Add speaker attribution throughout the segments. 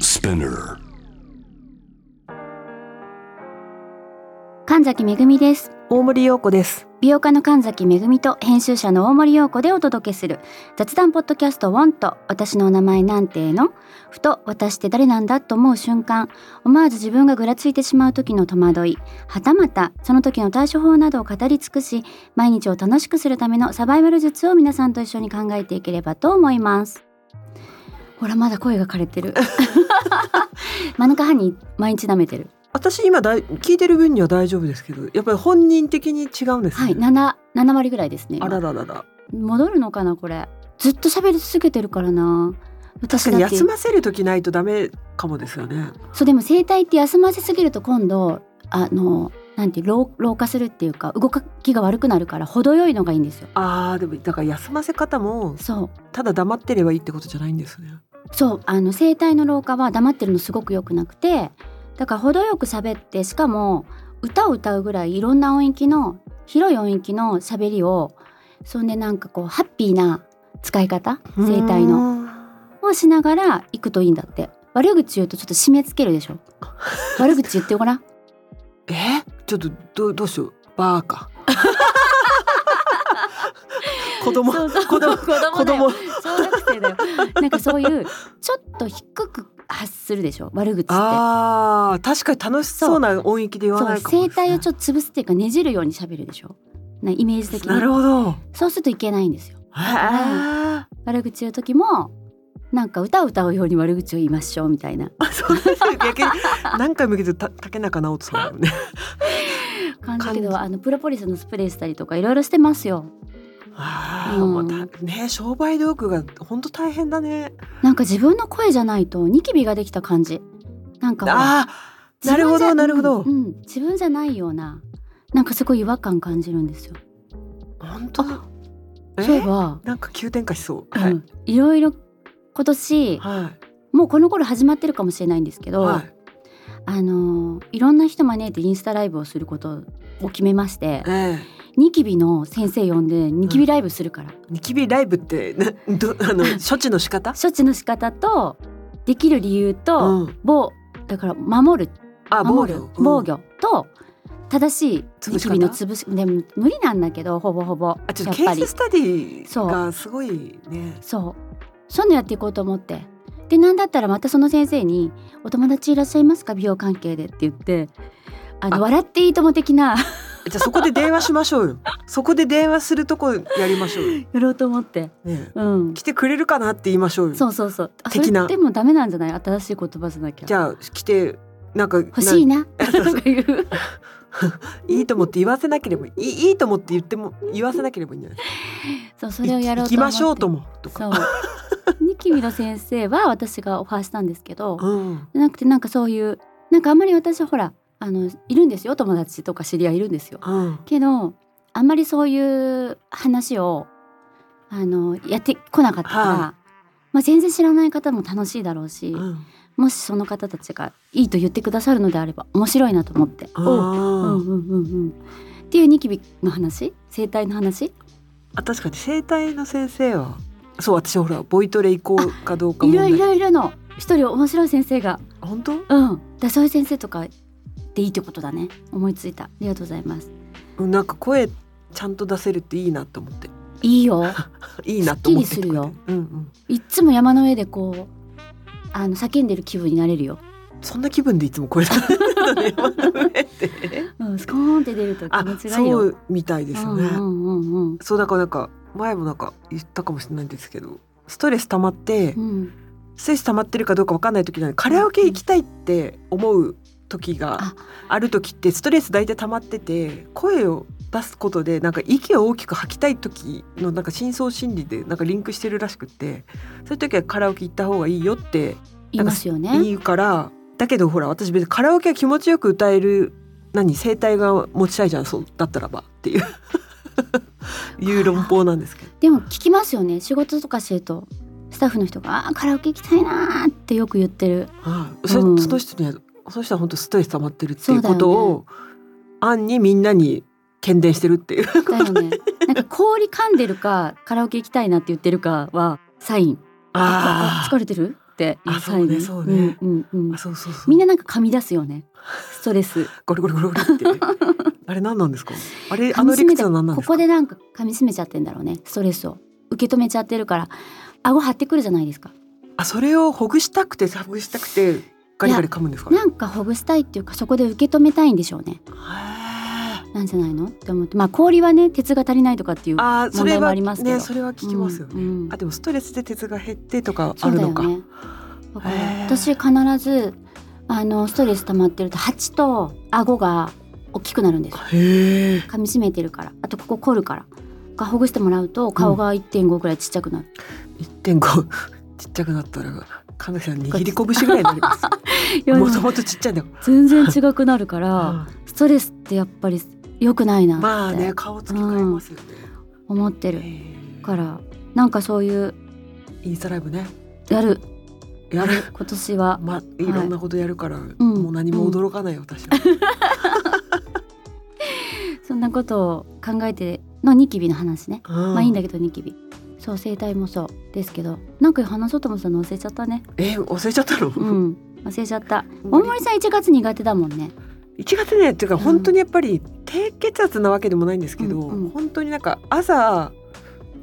Speaker 1: Spinner.
Speaker 2: 神崎めぐみです
Speaker 3: 大森洋子です。
Speaker 2: 美容家の神崎めぐみと編集者の大森洋子でお届けする雑談ポッドキャスト「ウォンと私のお名前なんて」のふと私って誰なんだと思う瞬間思わず自分がぐらついてしまう時の戸惑いはたまたその時の対処法などを語り尽くし毎日を楽しくするためのサバイバル術を皆さんと一緒に考えていければと思います。ほらまだ声が枯れて る。マヌカハニー毎日舐めてる。
Speaker 3: 私今だい聞いてる分には大丈夫ですけど、やっぱり本人的に違うんです
Speaker 2: は
Speaker 3: ね。
Speaker 2: い、七七割ぐらいですね。今
Speaker 3: あらららら。
Speaker 2: 戻るのかなこれずっと喋り続けてるからな私
Speaker 3: 確
Speaker 2: だ
Speaker 3: か
Speaker 2: って
Speaker 3: に休ませる時ないとダメかもですよね。
Speaker 2: そうでも整体って休ませすぎると今度あのなんていう老老化するっていうか動きが悪くなるから程よいのがいいんですよ
Speaker 3: ああでもだから休ませ方も
Speaker 2: そう
Speaker 3: ただ黙ってればいいってことじゃないんですね。
Speaker 2: そうあの整体の老化は黙ってるのすごく良くなくてだから程よく喋ってしかも歌を歌うぐらいいろんな音域の広い音域の喋りをそんでなんかこうハッピーな使い方整体の
Speaker 3: の。
Speaker 2: をしながら行くといいんだって悪口言うとちょっと締め付ける でしょ悪口言ってごらん
Speaker 3: えちょっとどどうしようバーカ。 子供
Speaker 2: そうそう
Speaker 3: 子供
Speaker 2: 子供
Speaker 3: 子
Speaker 2: だよ
Speaker 3: 供
Speaker 2: 小学生だよ なんかそういうちょっと低く発するでしょ悪口って
Speaker 3: ああ確かに楽しそうな音域で言わ
Speaker 2: そ
Speaker 3: な
Speaker 2: う
Speaker 3: いかも
Speaker 2: 声
Speaker 3: ですね、
Speaker 2: 帯をちょっと潰すっていうかねじるように喋るでしょなイメージ的に
Speaker 3: なるほど。
Speaker 2: そうするといけないんですよ
Speaker 3: へー
Speaker 2: 悪口言う時もなんか歌を歌うように悪口を言いましょうみたいな
Speaker 3: そうです逆に 何回も言うけどた竹中直人さんだもんね。
Speaker 2: 感じだけ
Speaker 3: 感じ
Speaker 2: どあのプロポリスのスプレーしたりとかいろいろしてますよ
Speaker 3: ああ、
Speaker 2: うん
Speaker 3: もうたね商売道具が本当大変だね。
Speaker 2: なんか自分の声じゃないとニキビができた感じなんかほら
Speaker 3: ああ、なるほどなるほど。
Speaker 2: うんうん自分じゃないようななんかすごい違和感感じるんですよ
Speaker 3: 本当だ。え
Speaker 2: そういえば、
Speaker 3: なんか急展開しそう。
Speaker 2: う
Speaker 3: はい
Speaker 2: んいろいろ今年
Speaker 3: は
Speaker 2: もうこの頃始まってるかもしれないんですけ
Speaker 3: い
Speaker 2: ど、
Speaker 3: はい。
Speaker 2: あのーいろんな人招いてインスタライブをすることを決めまして
Speaker 3: ええ
Speaker 2: ニキビの先生呼んでニキビライブするから、
Speaker 3: ニキビライブってなどあ の処置の仕方？
Speaker 2: 処置の仕方とできる理由と、
Speaker 3: うん。
Speaker 2: 防だから守る
Speaker 3: あ防
Speaker 2: 守る
Speaker 3: 御
Speaker 2: 防
Speaker 3: うん
Speaker 2: 御と正しい
Speaker 3: 潰
Speaker 2: ニ
Speaker 3: し
Speaker 2: キ
Speaker 3: 方
Speaker 2: ビの潰しでも無理なんだけどほぼほぼ
Speaker 3: あちょっ
Speaker 2: や
Speaker 3: と
Speaker 2: っ
Speaker 3: ケ
Speaker 2: ぱ
Speaker 3: ー
Speaker 2: り
Speaker 3: ススタディ
Speaker 2: そ
Speaker 3: がすごいね。
Speaker 2: そうそういうのやっていこうと思ってでなんだったらまたその先生に「お友達いらっしゃいますか美容関係で」って言ってあの
Speaker 3: あ
Speaker 2: 笑っていいとも的な
Speaker 3: じゃあそこで電話しましょうよ。そこで電話するとこ やりましょうよ。
Speaker 2: やろうと思って
Speaker 3: ね
Speaker 2: うん
Speaker 3: 来てくれるかなって言いましょうよ。
Speaker 2: そうそうそうあ
Speaker 3: 的な
Speaker 2: それでもダメなんじゃない新しい言葉じゃなきゃ
Speaker 3: じゃあ来てなんか
Speaker 2: 欲しい
Speaker 3: な
Speaker 2: な とか 言う
Speaker 3: いいと思って言わせなければいいいいと思って言っても言わせなければいいんじゃない
Speaker 2: そうそれをやろう
Speaker 3: 行
Speaker 2: と思って
Speaker 3: きましょうともと
Speaker 2: そ
Speaker 3: か
Speaker 2: うニキビの先生は私がオファーしたんですけど、
Speaker 3: うん
Speaker 2: じゃなくてなんかそういうなんかあんまり私はほらあのいるんですよ友達とか知り合いいるんですよ。
Speaker 3: うん
Speaker 2: けどあんまりそういう話をあのやってこなかったから、
Speaker 3: は
Speaker 2: まあ、全然知らない方も楽しいだろうし、
Speaker 3: うん
Speaker 2: もしその方たちがいいと言ってくださるのであれば面白いなと思って。おううんう
Speaker 3: あー
Speaker 2: んうんうんっていうニキビの話生態の話
Speaker 3: あ確かに整体の先生はそう私ほらボイトレ行こうかどうか
Speaker 2: い
Speaker 3: 問
Speaker 2: ろ
Speaker 3: 題
Speaker 2: いろいろの一人面白い先生が
Speaker 3: 本当
Speaker 2: うんだそういう先生とかでいいってことだね思いついたありがとうございます
Speaker 3: うんなんか声ちゃんと出せるっていいなと思って
Speaker 2: いい よ
Speaker 3: いいなと思って
Speaker 2: すっきりするよ
Speaker 3: うんうん
Speaker 2: いっつも山の上でこうあの叫んでる気分になれるよ、
Speaker 3: そんな気分でいつも声出せるの ね山の上って
Speaker 2: うん、スコーンって出ると気
Speaker 3: あ
Speaker 2: 持ちがいいよ
Speaker 3: そうみたいですね、
Speaker 2: うんうんうんうん
Speaker 3: そうだからなんか前もなんか言ったかもしれないんですけどストレス溜まって
Speaker 2: うん
Speaker 3: ストレス溜まってるかどうかわかんない時なのにカラオケ行きたいって思う時が
Speaker 2: あ
Speaker 3: ある時ってストレス大体溜まってて声を出すことでなんか息を大きく吐きたい時のなんか深層心理でなんかリンクしてるらしくってそういう時はカラオケ行った方がいいよって
Speaker 2: 言いますよね
Speaker 3: 言うからだけどほら私別にカラオケは気持ちよく歌える何声帯が持ちたいじゃんそうだったらばっていう いう論法なんですけど。
Speaker 2: でも聞きますよね仕事とかしてるとスタッフの人が「あーカラオケ行きたいな」ってよく言ってる
Speaker 3: はい、それ
Speaker 2: うん
Speaker 3: その人にはその人は本当ストレス溜まってるって
Speaker 2: そ
Speaker 3: いうう
Speaker 2: だよ
Speaker 3: こ
Speaker 2: ね
Speaker 3: とを、暗にみんなに喧伝してるっていう
Speaker 2: だよ ねなんか氷 噛んでるかカラオケ行きたいなって言ってるかはサイン「あ
Speaker 3: あ
Speaker 2: 疲れてる?」っって
Speaker 3: あそうねそうね
Speaker 2: うんうんうん
Speaker 3: あ、そうそうそう。
Speaker 2: みんななんか噛み出すよねストレス
Speaker 3: ゴリゴリゴリゴリって。あれ何なんですか。あれあ
Speaker 2: 噛み
Speaker 3: の
Speaker 2: 締
Speaker 3: 理
Speaker 2: めて
Speaker 3: 屈は何なん
Speaker 2: こ
Speaker 3: ですか。
Speaker 2: こでなんか噛み締めちゃってんだろうねストレスを受け止めちゃってるから顎張ってくるじゃないですか
Speaker 3: あそれをほぐしたくてほぐしたくてガリガリ噛むんですか。へ
Speaker 2: なんかほぐしたいっていうかそこで受け止めたいんでしょうね
Speaker 3: ー
Speaker 2: なんじゃないのって思ってまあ氷はね鉄が足りないとかっていう
Speaker 3: あーそ
Speaker 2: 問
Speaker 3: れ
Speaker 2: 題も
Speaker 3: は
Speaker 2: ありますけど
Speaker 3: ねそれは聞きますよね。
Speaker 2: うんうん
Speaker 3: あでもストレスで鉄が減ってとか
Speaker 2: そ
Speaker 3: あ
Speaker 2: う
Speaker 3: る
Speaker 2: だよ
Speaker 3: のか。
Speaker 2: ねだから
Speaker 3: へー
Speaker 2: 私必ずあのストレス溜まってると蜂と顎が大きくなるんですよ
Speaker 3: へえ。
Speaker 2: 噛み締めてるからあとここ凝るからがほぐしてもらうと顔が1.5ぐらいちっちゃくなる、
Speaker 3: 一点五ちっちゃくなったら神崎さん握り拳 ぐらいになります。
Speaker 2: いやでも
Speaker 3: もともとちっちゃいんだから。
Speaker 2: 全然違くなるから
Speaker 3: うん
Speaker 2: ストレスってやっぱり良くない
Speaker 3: ま
Speaker 2: な
Speaker 3: あ
Speaker 2: っ
Speaker 3: ね
Speaker 2: て
Speaker 3: 顔つき変えますよね。
Speaker 2: 思ってる
Speaker 3: へー
Speaker 2: からなんかそういう
Speaker 3: インスタライブね
Speaker 2: やる
Speaker 3: やる。
Speaker 2: 今年 は
Speaker 3: まいろんなことやるから、
Speaker 2: うん
Speaker 3: もう何も驚かないよ私は。
Speaker 2: そんなことを考えてのニキビの話ね
Speaker 3: ま
Speaker 2: まあいいんだ
Speaker 3: け
Speaker 2: けどニキビそう生体もそうですけどなんか話そうと思ってたの忘れちゃったね
Speaker 3: ど。え忘れちゃったの。
Speaker 2: うん忘れちゃった
Speaker 3: うん
Speaker 2: 大森さん1月苦手だもんね
Speaker 3: 1月ねっていうか
Speaker 2: うん
Speaker 3: 本当にやっぱり低血圧なわけでもないんですけど、
Speaker 2: うんうん
Speaker 3: 本当になんか朝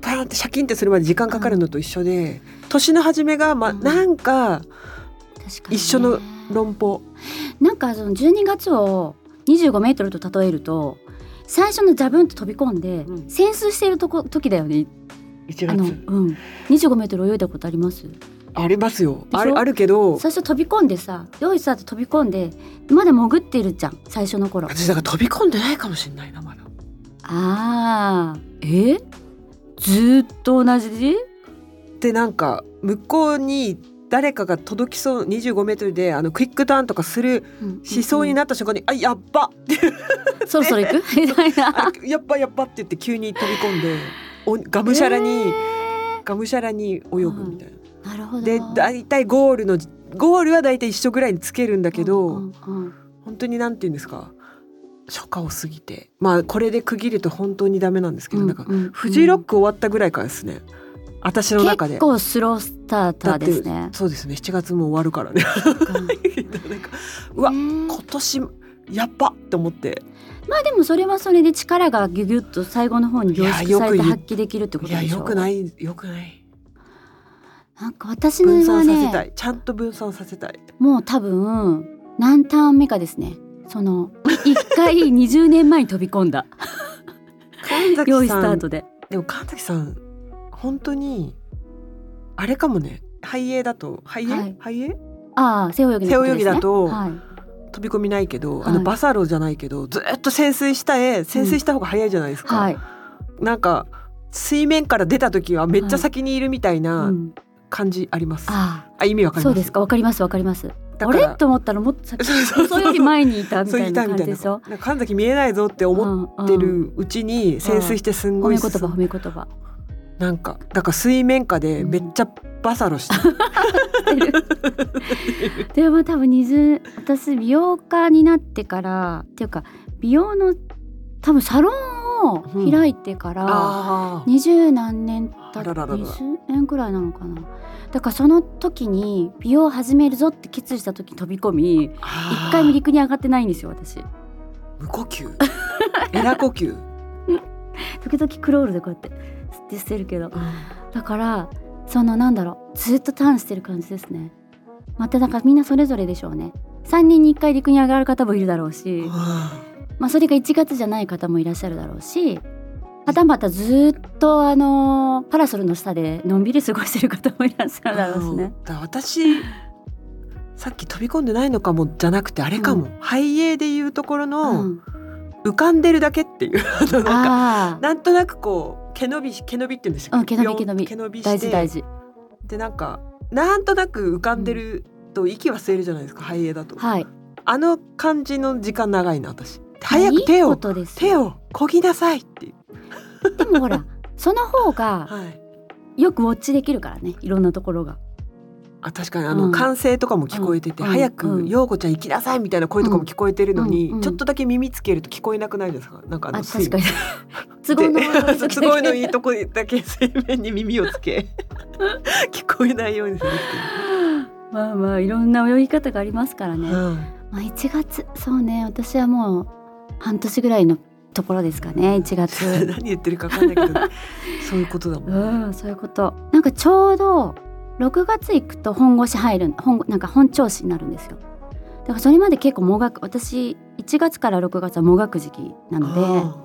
Speaker 3: バーンってシャキンってするまで時間かかるのと一緒で、年の初めがまあ
Speaker 2: うん
Speaker 3: なんか
Speaker 2: 確かにね
Speaker 3: 一緒の論法、
Speaker 2: なんかその12月を25メートルと例えると最初のジャブンと飛び込んで、
Speaker 3: うん
Speaker 2: 潜水してるとこ時だよね
Speaker 3: 1
Speaker 2: あの、う
Speaker 3: 月
Speaker 2: ん、25メートル泳いだことあります
Speaker 3: ありますよ
Speaker 2: でしょ
Speaker 3: あるあるけど
Speaker 2: 最初飛び込んでさ用意さって飛び込んでまだ潜ってるじゃん最初の頃
Speaker 3: 私だから飛び込んでないかもしれないなまだ
Speaker 2: あーえずーっと同じ
Speaker 3: でなんか向こうに誰かが届きそう25メートルであのクイックターンとかするしそうに
Speaker 2: な
Speaker 3: なった瞬間に「あやっば!」
Speaker 2: そろそろ行く みたいな
Speaker 3: あやっばやっばって言って急に飛び込んでおがむしゃらに、
Speaker 2: え
Speaker 3: がむしゃらに泳ぐみたいな。
Speaker 2: ーなるほど
Speaker 3: で大体ゴールのゴールは大体一緒ぐらいにつけるんだけど、
Speaker 2: うんうんうん
Speaker 3: 本当になんて言うんですか初夏を過ぎてまあこれで区切ると本当にダメなんですけど、なんか
Speaker 2: うんうん
Speaker 3: フジロック終わったぐらいからですね私の中で
Speaker 2: 結。構スロースターターですね。
Speaker 3: そうですね7月も終わるからね。 なんかうわ
Speaker 2: ね
Speaker 3: 今年やっばって思って
Speaker 2: まあでもそれはそれで力がギュギュッと最後の方に凝
Speaker 3: いや
Speaker 2: 縮さ
Speaker 3: よ
Speaker 2: れて
Speaker 3: く言う
Speaker 2: 発揮できるってこ
Speaker 3: い
Speaker 2: とで
Speaker 3: や
Speaker 2: しょ
Speaker 3: よくないよくない
Speaker 2: なんか私の
Speaker 3: 分
Speaker 2: は
Speaker 3: 散させた
Speaker 2: ね
Speaker 3: いちゃんと分散させたい
Speaker 2: もう多分何ターン目かですねその一回20年前に飛び込んだ
Speaker 3: 神
Speaker 2: 用意
Speaker 3: 崎
Speaker 2: スタ
Speaker 3: さ
Speaker 2: ー
Speaker 3: ん
Speaker 2: トで
Speaker 3: でも神崎さん本当にあれかもね肺泳だと肺炎、
Speaker 2: はい
Speaker 3: 肺炎
Speaker 2: ああ背泳ぎのことです、ね、
Speaker 3: 背泳ぎだと
Speaker 2: はい、
Speaker 3: 飛び込みないけど、あ
Speaker 2: は
Speaker 3: の
Speaker 2: い
Speaker 3: バサロじゃないけどずっと潜水した絵潜水した方が早いじゃないですか、
Speaker 2: はい、
Speaker 3: なんか水面から出た時はめっちゃ先にいるみたいうなん感じあります、
Speaker 2: あ
Speaker 3: あ意味わ
Speaker 2: あ
Speaker 3: かり
Speaker 2: そう
Speaker 3: ます
Speaker 2: ですかわかりますわかります
Speaker 3: だ
Speaker 2: あ
Speaker 3: から
Speaker 2: れと思ったらもっと先
Speaker 3: そうそうそ
Speaker 2: そ
Speaker 3: う
Speaker 2: れより前にいたみ
Speaker 3: そう
Speaker 2: たい
Speaker 3: 言い
Speaker 2: な
Speaker 3: た
Speaker 2: 感じ
Speaker 3: いみたいな
Speaker 2: でしょ
Speaker 3: なんか神崎見えないぞって思
Speaker 2: 思
Speaker 3: ってるうちに潜水してすん
Speaker 2: 褒
Speaker 3: ご
Speaker 2: め
Speaker 3: い
Speaker 2: 言
Speaker 3: 進
Speaker 2: 葉
Speaker 3: む
Speaker 2: 褒め言葉
Speaker 3: なんかだから水面下でめっちゃバサロして
Speaker 2: でも多分20私美容家になってからっていうか美容の多分サロンを開いてから
Speaker 3: あー
Speaker 2: 二十何年た
Speaker 3: あ
Speaker 2: っ
Speaker 3: らららら
Speaker 2: 20年くらいなのかなだからその時に美容を始めるぞって決意した時に飛び込み
Speaker 3: あ
Speaker 2: 一
Speaker 3: ー
Speaker 2: 回も陸に上がってないんですよ私
Speaker 3: 無呼 吸エラ呼吸、
Speaker 2: 時々クロールでこうやって吸って捨てるけどだからそのなんだろうずっとターンしてる感じですねまただからみんなそれぞれでしょうね3人に1回陸に上がる方もいるだろうしまあ、それが1月じゃない方もいらっしゃるだろうしはたまたずっとあのパラソルの下でのんびり過ごしてる方もいらっしゃるだろうしね。
Speaker 3: だから私さっき飛び込んでないのかもじゃなくてあれかも、肺炎でいうところ
Speaker 2: う
Speaker 3: の
Speaker 2: ん
Speaker 3: 浮かんでるだけっていう、あのなんか
Speaker 2: ああ
Speaker 3: なんとなくこう毛伸びし毛伸びって言うんでしたっけ
Speaker 2: うん毛伸び
Speaker 3: ビヨン
Speaker 2: 毛伸び
Speaker 3: して
Speaker 2: 大事大事
Speaker 3: でなんかなんとなく浮かんでると息は吸えるじゃないですか肺炎だと、
Speaker 2: はい
Speaker 3: あの感じの時間長いな私早く手
Speaker 2: いいこ
Speaker 3: を
Speaker 2: とです
Speaker 3: 手をこぎなさいっていう
Speaker 2: でもほらその方が
Speaker 3: はい
Speaker 2: よくウォッチできるからねいろんなところが
Speaker 3: あ確かにあ
Speaker 2: う
Speaker 3: の
Speaker 2: ん
Speaker 3: 歓声とかも聞こえてて、
Speaker 2: うん
Speaker 3: 早
Speaker 2: う
Speaker 3: く
Speaker 2: ん
Speaker 3: 「陽子ちゃん行きなさい」みたいな声とかも聞こえてるのに、
Speaker 2: うんうん
Speaker 3: ちょっとだけ耳つけると聞こえなくないですかなんかあの
Speaker 2: あ
Speaker 3: 水
Speaker 2: 確かに 都合の悪い
Speaker 3: で
Speaker 2: 時
Speaker 3: 都
Speaker 2: だけ
Speaker 3: 合のいい とこだけ水面に耳をつけ聞こえないようにするっていう
Speaker 2: まあまあいろんな泳ぎ方がありますからね、
Speaker 3: はい
Speaker 2: まあ、1月そうね私はもう半年ぐらいのところですかね1 月
Speaker 3: 何言ってるか分かんないけどそういうことだもん、
Speaker 2: うんそういうことなんかちょうど6月行くと本腰入る本なんか本調子になるんですよだからそれまで結構もがく私1月から6月はもがく時期なので
Speaker 3: あ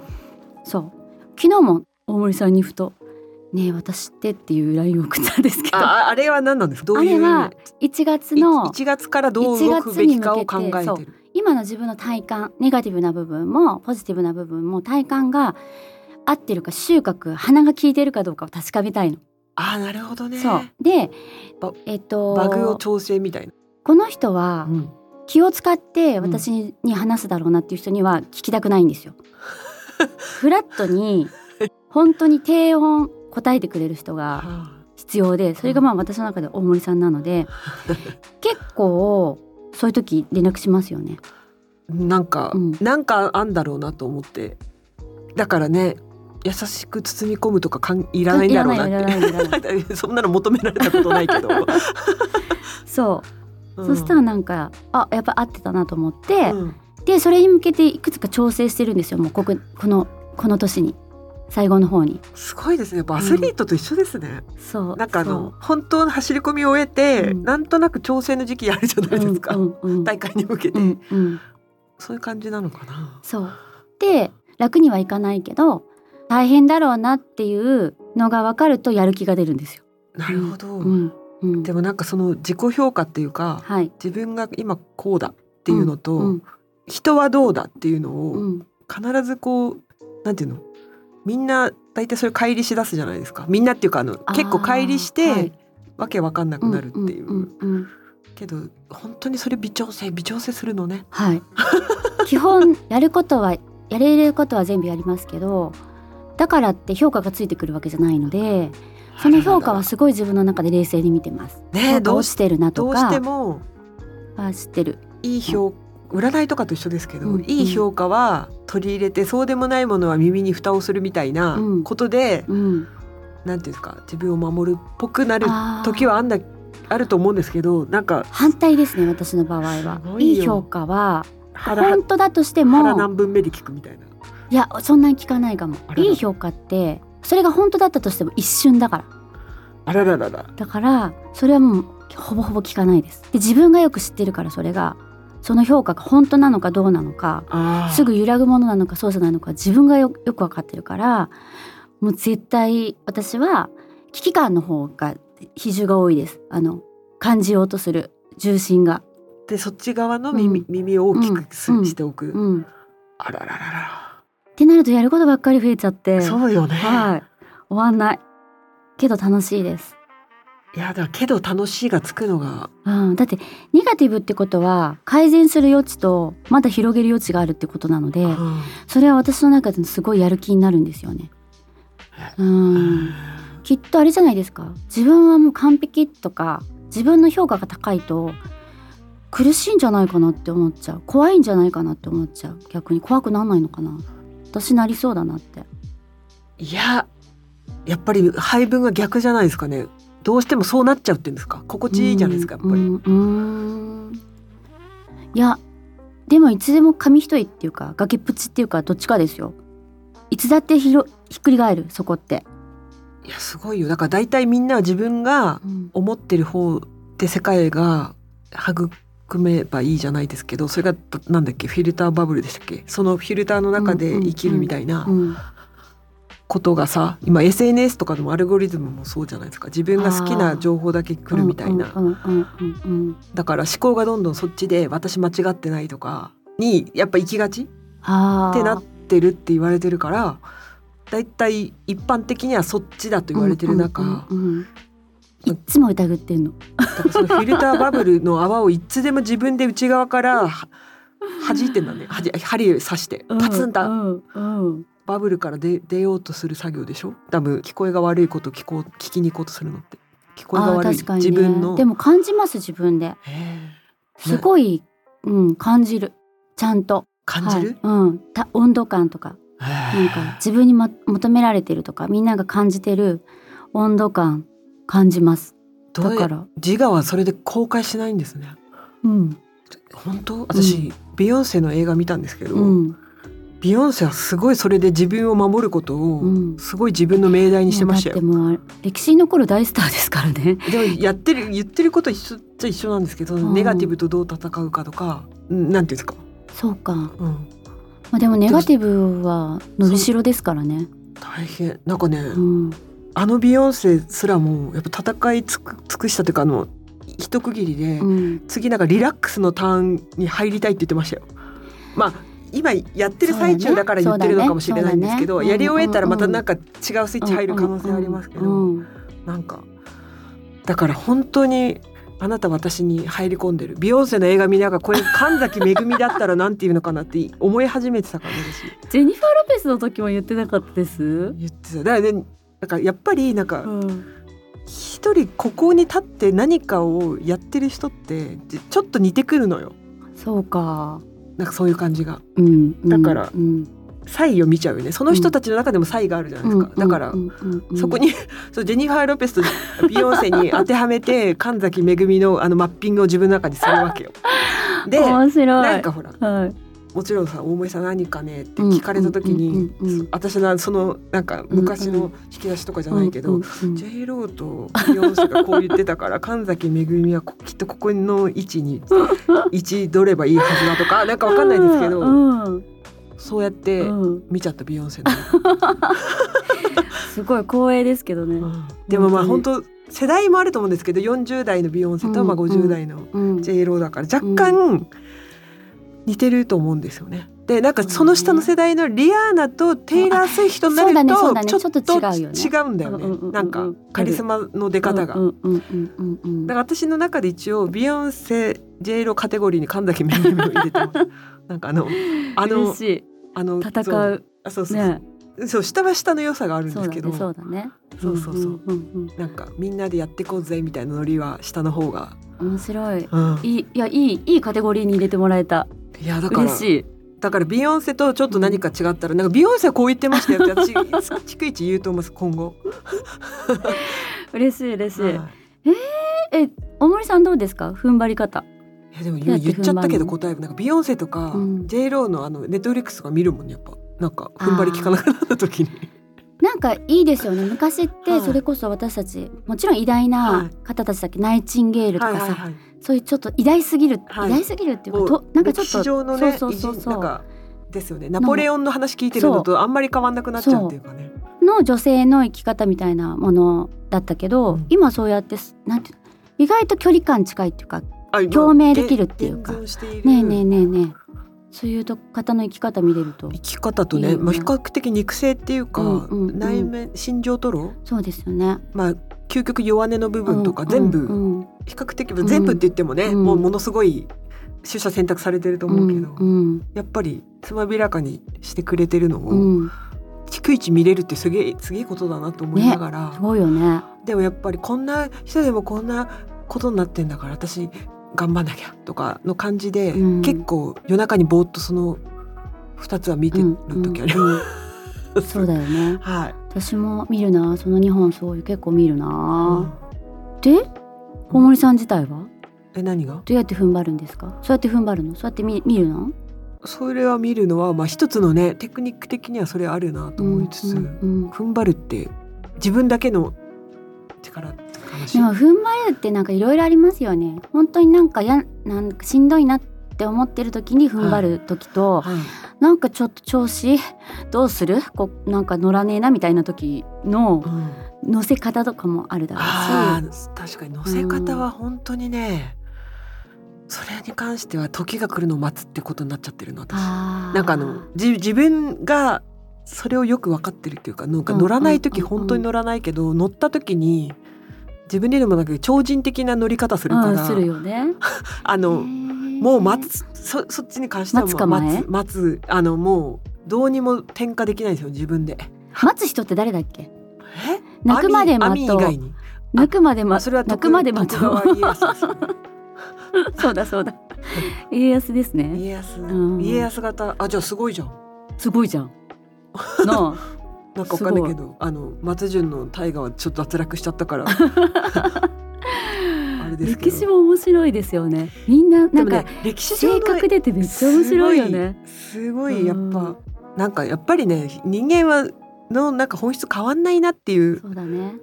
Speaker 2: そう昨日も大森さんにふと「ねえ私って」っていう LINE を送ったんですけ
Speaker 3: あ
Speaker 2: ど
Speaker 3: ああれは何なんですどういう
Speaker 2: あれは1月の
Speaker 3: 1月からどう動くべきかを考
Speaker 2: 1月に
Speaker 3: え
Speaker 2: 向
Speaker 3: て
Speaker 2: け
Speaker 3: る
Speaker 2: 今の自分の体感ネガティブな部分もポジティブな部分も体感が合ってるか収穫鼻が効いてるかどうかを確かめたいの。
Speaker 3: ああなるほどね
Speaker 2: そうで
Speaker 3: ば
Speaker 2: えっと
Speaker 3: バグを調整みたいな、
Speaker 2: この人は
Speaker 3: うん
Speaker 2: 気を使って私に話すだろうなっていう人には聞きたくないんです よ。フラットに本当に低音答えてくれる人が
Speaker 3: は
Speaker 2: 必要でそれがまあ私の中で大森さんなの で結構そういう時連絡しますよね。
Speaker 3: あなんか、
Speaker 2: うん
Speaker 3: なんかあんだろうなと思ってだからね優しく包み込むとかかんいらないんだろうなっ
Speaker 2: いらないいらないいら ない
Speaker 3: てそんなの求められたことない けど、
Speaker 2: そう
Speaker 3: う
Speaker 2: そ
Speaker 3: ん
Speaker 2: したらなんかあやっぱ合ってたなと思って、
Speaker 3: うん
Speaker 2: でそれに向けていくつか調整してるんですよもうこここのこの年に最後の方に
Speaker 3: すごいですねやっぱアスリートと一緒ですね、
Speaker 2: そう
Speaker 3: なんかあの
Speaker 2: そ
Speaker 3: 本当の走り込みを終えて、
Speaker 2: うん
Speaker 3: なんとなく調整の時期あるじゃな
Speaker 2: う
Speaker 3: いですか、
Speaker 2: うんうんうん
Speaker 3: 大会に向けて、
Speaker 2: うんうん
Speaker 3: そういう感じなのかな。
Speaker 2: そうで楽にはいかないけど大変だろうなっていうのが分かるとやる気が出るんですよ。
Speaker 3: なるほど、
Speaker 2: うんうん、
Speaker 3: でもなんかその自己評価っていうか
Speaker 2: はい、っ
Speaker 3: 自分が今こうだっていうのと、
Speaker 2: うん
Speaker 3: 人はどうだっていうの
Speaker 2: う
Speaker 3: を
Speaker 2: ん
Speaker 3: 必ずこうなんていうのみんな大体それ乖離しだすじゃないですかみんなっていうかあの
Speaker 2: あー
Speaker 3: 結構乖離して、
Speaker 2: はい
Speaker 3: わけわかんなくなるっていう,、
Speaker 2: んうんうん
Speaker 3: けど本当にそれ微調整微調整するのね。
Speaker 2: はい基本やることはやれることは全部やりますけどだからって評価がついてくるわけじゃないのでその評価はすごい自分の中で冷静に見てます。
Speaker 3: ね
Speaker 2: 評価
Speaker 3: どう
Speaker 2: 落
Speaker 3: し
Speaker 2: ちてるなと
Speaker 3: どうして
Speaker 2: か
Speaker 3: も
Speaker 2: は知ってる。
Speaker 3: いい評占いとかと一緒ですけど、
Speaker 2: うん
Speaker 3: いい評価は取り入れてそうでもないものは耳に蓋をするみたいな
Speaker 2: うん
Speaker 3: ことで、
Speaker 2: うん、
Speaker 3: なんていうんですか自分を守るっぽくなる
Speaker 2: あー
Speaker 3: 時はあんだあると思うんですけどなんか
Speaker 2: 反対ですね私の場合は
Speaker 3: す。ご
Speaker 2: い
Speaker 3: いよ
Speaker 2: い評価は
Speaker 3: 腹
Speaker 2: 本当だとして
Speaker 3: 腹
Speaker 2: も
Speaker 3: 何分目で聞くみたいな。
Speaker 2: いやそんなに聞かないかも
Speaker 3: あ。らら
Speaker 2: いい評価ってそれが本当だったとしても一瞬だから
Speaker 3: あらららら。
Speaker 2: だからそれはもうほぼほぼ聞かないです。で自分がよく知ってるからそれがその評価が本当なのかどうなのか
Speaker 3: あー
Speaker 2: すぐ揺らぐものなのかそうじゃないのか自分がよよく分かってるからもう絶対私は危機感の方が比重が多いですあの感じようとする重心が。
Speaker 3: でそっち側の耳,、
Speaker 2: うん
Speaker 3: 耳を大きくす、
Speaker 2: うん
Speaker 3: しておく。
Speaker 2: うん、っ
Speaker 3: あらららら
Speaker 2: てなるとやることばっかり増えちゃって
Speaker 3: ら。そうよね。
Speaker 2: はい終わんないけど楽しいです、
Speaker 3: い、やだけど楽しいがつくのが
Speaker 2: うん、だってネガティブってことは改善する余地とまだ広げる余地があるってことなので
Speaker 3: う
Speaker 2: それは私の中ですごいやる気になるんですよね。うんんきっとあれじゃないですか自分はもう完璧とか自分の評価が高いと苦しいんじゃないかなって思っちゃう怖いんじゃないかなって思っちゃう逆に怖くなんないのかな私なりそうだなって
Speaker 3: いややっぱり配分が逆じゃないですかねどうしてもそうなっちゃうっていうんですか心地いいじゃないですかやっぱり、
Speaker 2: うんうんうんいやでもいつでも紙一重っていうか崖っぷちっていうかどっちかですよいつだってひろひっくり返るそこって、
Speaker 3: いやすごいよだから大体みんなは自分が
Speaker 2: うん
Speaker 3: 思ってる方で世界が育めばいいじゃないですけどそれがなんだっけフィルターバブルでしたっけそのフィルターの中で生きるみたいな
Speaker 2: うん
Speaker 3: ことがさ今 SNS とかのアルゴリズムもそうじゃないですか自分が好きな情報だけ来るみたいな
Speaker 2: うんうんうんうんうん
Speaker 3: だから思考がどんどんそっちで私間違ってないとかにやっぱ行きがち
Speaker 2: あ
Speaker 3: っ
Speaker 2: ー
Speaker 3: てなってるって言われてるからだいたい一般的にはそっちだと言われてる中、
Speaker 2: うんうんうんうんいっつも疑ってんの。
Speaker 3: だからそのフィルターバブルの泡をいつでも自分で内側からは弾いてんだねはじ針を刺してパツン
Speaker 2: う
Speaker 3: と
Speaker 2: んうん
Speaker 3: バブルから出出ようとする作業でしょ多分聞こえが悪いこと聞こう聞きに行こうとするのって聞こえが
Speaker 2: あー
Speaker 3: 悪い
Speaker 2: 確かに、ね、
Speaker 3: 自分の
Speaker 2: でも感じます自分で。
Speaker 3: へえ
Speaker 2: すごい、うん感じる。ちゃんと
Speaker 3: 感じる、
Speaker 2: はい、うんた温度感とかなん
Speaker 3: へ
Speaker 2: か
Speaker 3: え
Speaker 2: 自分に、ま、求められてるとかみんなが感じてる温度感感じます。
Speaker 3: どう
Speaker 2: だ
Speaker 3: や
Speaker 2: から、
Speaker 3: 自我はそれで公開しないんですね
Speaker 2: うん
Speaker 3: 本当私、ビヨンセの映画見たんですけど、
Speaker 2: うん、
Speaker 3: ビヨンセはすごいそれで自分を守ることを、
Speaker 2: うん
Speaker 3: すごい自分の命題にしてました
Speaker 2: いや
Speaker 3: よ
Speaker 2: だってもうあれ歴史に残る大スターですからね。
Speaker 3: でもやってる言ってることは一緒っちゃ一緒なんですけど、
Speaker 2: ん
Speaker 3: ネガティブとどう戦うかとかうんなんていうんですか、
Speaker 2: そうか、ま
Speaker 3: うん、
Speaker 2: あ、でもネガティブは伸びしろですからね。
Speaker 3: 大変なんかね、
Speaker 2: うん、
Speaker 3: あのビヨンセすらもやっぱ戦いつく尽くしたというかあの一区切りで、
Speaker 2: うん、
Speaker 3: 次なんかリラックスのターンに入りたいって言ってましたよ。まあ今やってる最中だから言ってるのかもしれないんですけど、
Speaker 2: そうだね
Speaker 3: やり終えたら
Speaker 2: うんう
Speaker 3: ま
Speaker 2: んう
Speaker 3: た
Speaker 2: ん
Speaker 3: なんか違うスイッチ入る可能性ありますけど、
Speaker 2: うんうん
Speaker 3: なんかだから本当にあなた私に入り込んでるビヨンセの映画見ながらこれ神崎めぐみだったらなんていうのかなって思い始めてたから私
Speaker 2: ジェニファー・ロペスの時も言ってなかったです。
Speaker 3: 言ってただからねなんかやっぱりなんか、
Speaker 2: うん、
Speaker 3: 一人ここに立って何かをやってる人ってじちょっと似てくるのよ
Speaker 2: そうか。
Speaker 3: なんかそういう感じが
Speaker 2: うん、うん
Speaker 3: だから
Speaker 2: うん、
Speaker 3: 差異を見ちゃうよねその人たちの中でも差異があるじゃないですか、だから、
Speaker 2: うんうんうん
Speaker 3: そこに そうジェニファー・ロペスとビヨンセに当てはめて神崎めぐみのあのマッピングを自分の中にするわけよ。で
Speaker 2: 面白い。
Speaker 3: なんかほら
Speaker 2: はい、
Speaker 3: もちろんさ大森さん何かねって聞かれた時に
Speaker 2: うんうんうんうん
Speaker 3: 私のそのなんか昔の引き出しとかじゃないけど、
Speaker 2: うんうんうん
Speaker 3: J ローとビヨンセがこう言ってたから神崎めぐみはこきっとここの位置に位置取ればいいはずだ とかなんかわかんないですけど、
Speaker 2: うん
Speaker 3: そうやって
Speaker 2: うん、
Speaker 3: 見ちゃったビヨンセの、
Speaker 2: すごい光栄ですけどね。
Speaker 3: でもまあ
Speaker 2: 本
Speaker 3: 本当世代もあると思うんですけど40代のビヨンセとまあ
Speaker 2: うんうん
Speaker 3: 50代の
Speaker 2: うん、
Speaker 3: J ローだから若干似てると思うんですよね。でなんかその下の世代のリアーナとテイラー・スウィフトになる
Speaker 2: あそうだね
Speaker 3: と
Speaker 2: そうだね
Speaker 3: ちょっと
Speaker 2: ちょっと違うよね
Speaker 3: 違うんだよ
Speaker 2: うんうんうんう
Speaker 3: ね
Speaker 2: ん
Speaker 3: なんかカリスマの出方が
Speaker 2: う。んうんうんうんうん
Speaker 3: だから私の中で一応ビヨンセ J ロカテゴリーに神崎めぐみを入れて ます。なんかあのあの
Speaker 2: 嬉しい
Speaker 3: あの
Speaker 2: 戦
Speaker 3: ゾーン
Speaker 2: う
Speaker 3: あそうそうそう,、
Speaker 2: ね
Speaker 3: そう下は下の良さがあるんで
Speaker 2: そう
Speaker 3: す
Speaker 2: だ
Speaker 3: けど
Speaker 2: ねそうだね
Speaker 3: そうそうそう、
Speaker 2: んうん
Speaker 3: なんかみんなでやってこうぜみたいなノリは下の方が、
Speaker 2: うん面白い
Speaker 3: うん、
Speaker 2: いいいやいいいいカテゴリーに入れてもらえた
Speaker 3: いやだから
Speaker 2: 嬉しい
Speaker 3: だからビヨンセとちょっと何か違ったらなんかビヨンセはこう言ってましたよって私逐一言うと思います今 後。
Speaker 2: 嬉しい嬉しい
Speaker 3: はい
Speaker 2: え大森さんどうですか踏ん張り方
Speaker 3: いやでも
Speaker 2: どうやっ
Speaker 3: 言
Speaker 2: て
Speaker 3: 言っちゃったけ
Speaker 2: 踏ん張る
Speaker 3: ど
Speaker 2: の
Speaker 3: 答えなんかビヨンセとか、
Speaker 2: うん
Speaker 3: J ローのあのネットフリックスとか見るもんねやっぱなんか踏ん張り効かなくなった時に。
Speaker 2: なんかいいですよね昔っ
Speaker 3: は
Speaker 2: て
Speaker 3: い
Speaker 2: それこそ私たちもちろん偉大
Speaker 3: はい
Speaker 2: な方たちだっけ、ナイチンゲールとかさ、
Speaker 3: い。
Speaker 2: そういうちょっと偉大すぎる、
Speaker 3: はい
Speaker 2: 偉大すぎるっていうか
Speaker 3: もう
Speaker 2: となんかちょっ
Speaker 3: 歴史
Speaker 2: と
Speaker 3: 上のね、
Speaker 2: そうそうそう
Speaker 3: 偉
Speaker 2: そ
Speaker 3: 人
Speaker 2: う
Speaker 3: なんかですよね。ナポレオンの話聞いてるのとあんまり変わんなくなっちゃうっていうかね。
Speaker 2: の女性の生き方みたいなものだったけど、
Speaker 3: うん
Speaker 2: 今そうやってすなんていうの意外と距離感近いっていうか
Speaker 3: あ
Speaker 2: 共鳴できるっていうか
Speaker 3: 現存している
Speaker 2: ねえねえねえねえそういうと方の生き方見れると
Speaker 3: 生き方と
Speaker 2: いい
Speaker 3: ね、
Speaker 2: よね
Speaker 3: まあ比較的肉声っていうか、
Speaker 2: うんうんうん
Speaker 3: 内面心情吐露、
Speaker 2: そうですよね。
Speaker 3: まあ究極弱音の部分とか全部、
Speaker 2: うんうん
Speaker 3: 比較的全部って言ってもね、
Speaker 2: うん
Speaker 3: もうものすごい取捨選択されてると
Speaker 2: う
Speaker 3: 思うんけど、
Speaker 2: うん
Speaker 3: やっぱりつまびらかにしてくれてるの
Speaker 2: う
Speaker 3: を
Speaker 2: ん、
Speaker 3: 逐一見れるってすげえすげえことだなと思いながら、
Speaker 2: すごいよね。
Speaker 3: でもやっぱりこんな人でもこんなことになってんだから私頑張んなきゃとかの感じで、
Speaker 2: うん
Speaker 3: 結構夜中にぼーっとその2つは見てる時あり
Speaker 2: うんうんう
Speaker 3: ま
Speaker 2: んそうだよね。
Speaker 3: す。 はい、
Speaker 2: 私も見るな、その日本そういう結構見るな。
Speaker 3: う
Speaker 2: で、小森さん自体は
Speaker 3: んえ何が
Speaker 2: どうやって踏ん張るんですか。そうやって踏ん張るの、そうやって見見るの。
Speaker 3: それは見るのは、まあ、一つのねテクニック的にはそれあるなと思いつつ、
Speaker 2: うんうんうん
Speaker 3: 踏ん張るって自分だけの力って話
Speaker 2: でも踏ん張るってなんかいろいろありますよね。本当になんかやなんかしんどいなって思ってる時に踏ん張る時と、
Speaker 3: はい
Speaker 2: なんかちょっと調子どうするこうなんか乗らねえなみたいな時の
Speaker 3: うん
Speaker 2: 乗せ方とかもあるだろ
Speaker 3: あ
Speaker 2: うし。
Speaker 3: ー確かに乗せ方は本当にね、それに関しては時が来るのを待つってことになっちゃってるの私。
Speaker 2: な
Speaker 3: なんかあのじ自分がそれをよく分かってるっていうかなんか
Speaker 2: うん
Speaker 3: 乗らない時
Speaker 2: うんうんうん
Speaker 3: 本当に乗らないけど、乗った時に自分ででもなんか超人的な乗り方するから、
Speaker 2: うん、するよね。
Speaker 3: あのも
Speaker 2: も
Speaker 3: う待つそそっちに関してはもう
Speaker 2: 待つ構え
Speaker 3: 待つ待つあのもうどうにも転化できないんですよ自分で。
Speaker 2: 待つ人って誰だっけ
Speaker 3: え
Speaker 2: 泣くまで
Speaker 3: 網
Speaker 2: 待とう
Speaker 3: 網以外に
Speaker 2: 泣くまで
Speaker 3: あ
Speaker 2: 待
Speaker 3: そ
Speaker 2: と
Speaker 3: れ
Speaker 2: う
Speaker 3: は
Speaker 2: 泣
Speaker 3: 徳
Speaker 2: くまで待とう
Speaker 3: 徳川家康ですよね
Speaker 2: そうだそうだ家康ですね
Speaker 3: 家康、
Speaker 2: ん
Speaker 3: 家康型あじゃあすごいじゃん
Speaker 2: すごいじゃんの
Speaker 3: なんかわかんないけどあの松潤の大河はちょっと脱落しちゃったからですけ
Speaker 2: 歴
Speaker 3: ど
Speaker 2: 史も面白いですよねみんななんか、
Speaker 3: でもね歴史上
Speaker 2: 性
Speaker 3: の
Speaker 2: 格出てめっちゃ面白いよね
Speaker 3: すごいすごいやっぱ、
Speaker 2: うん
Speaker 3: なんかやっぱりね人間はのなんか本質変わんないなっていう
Speaker 2: そうだね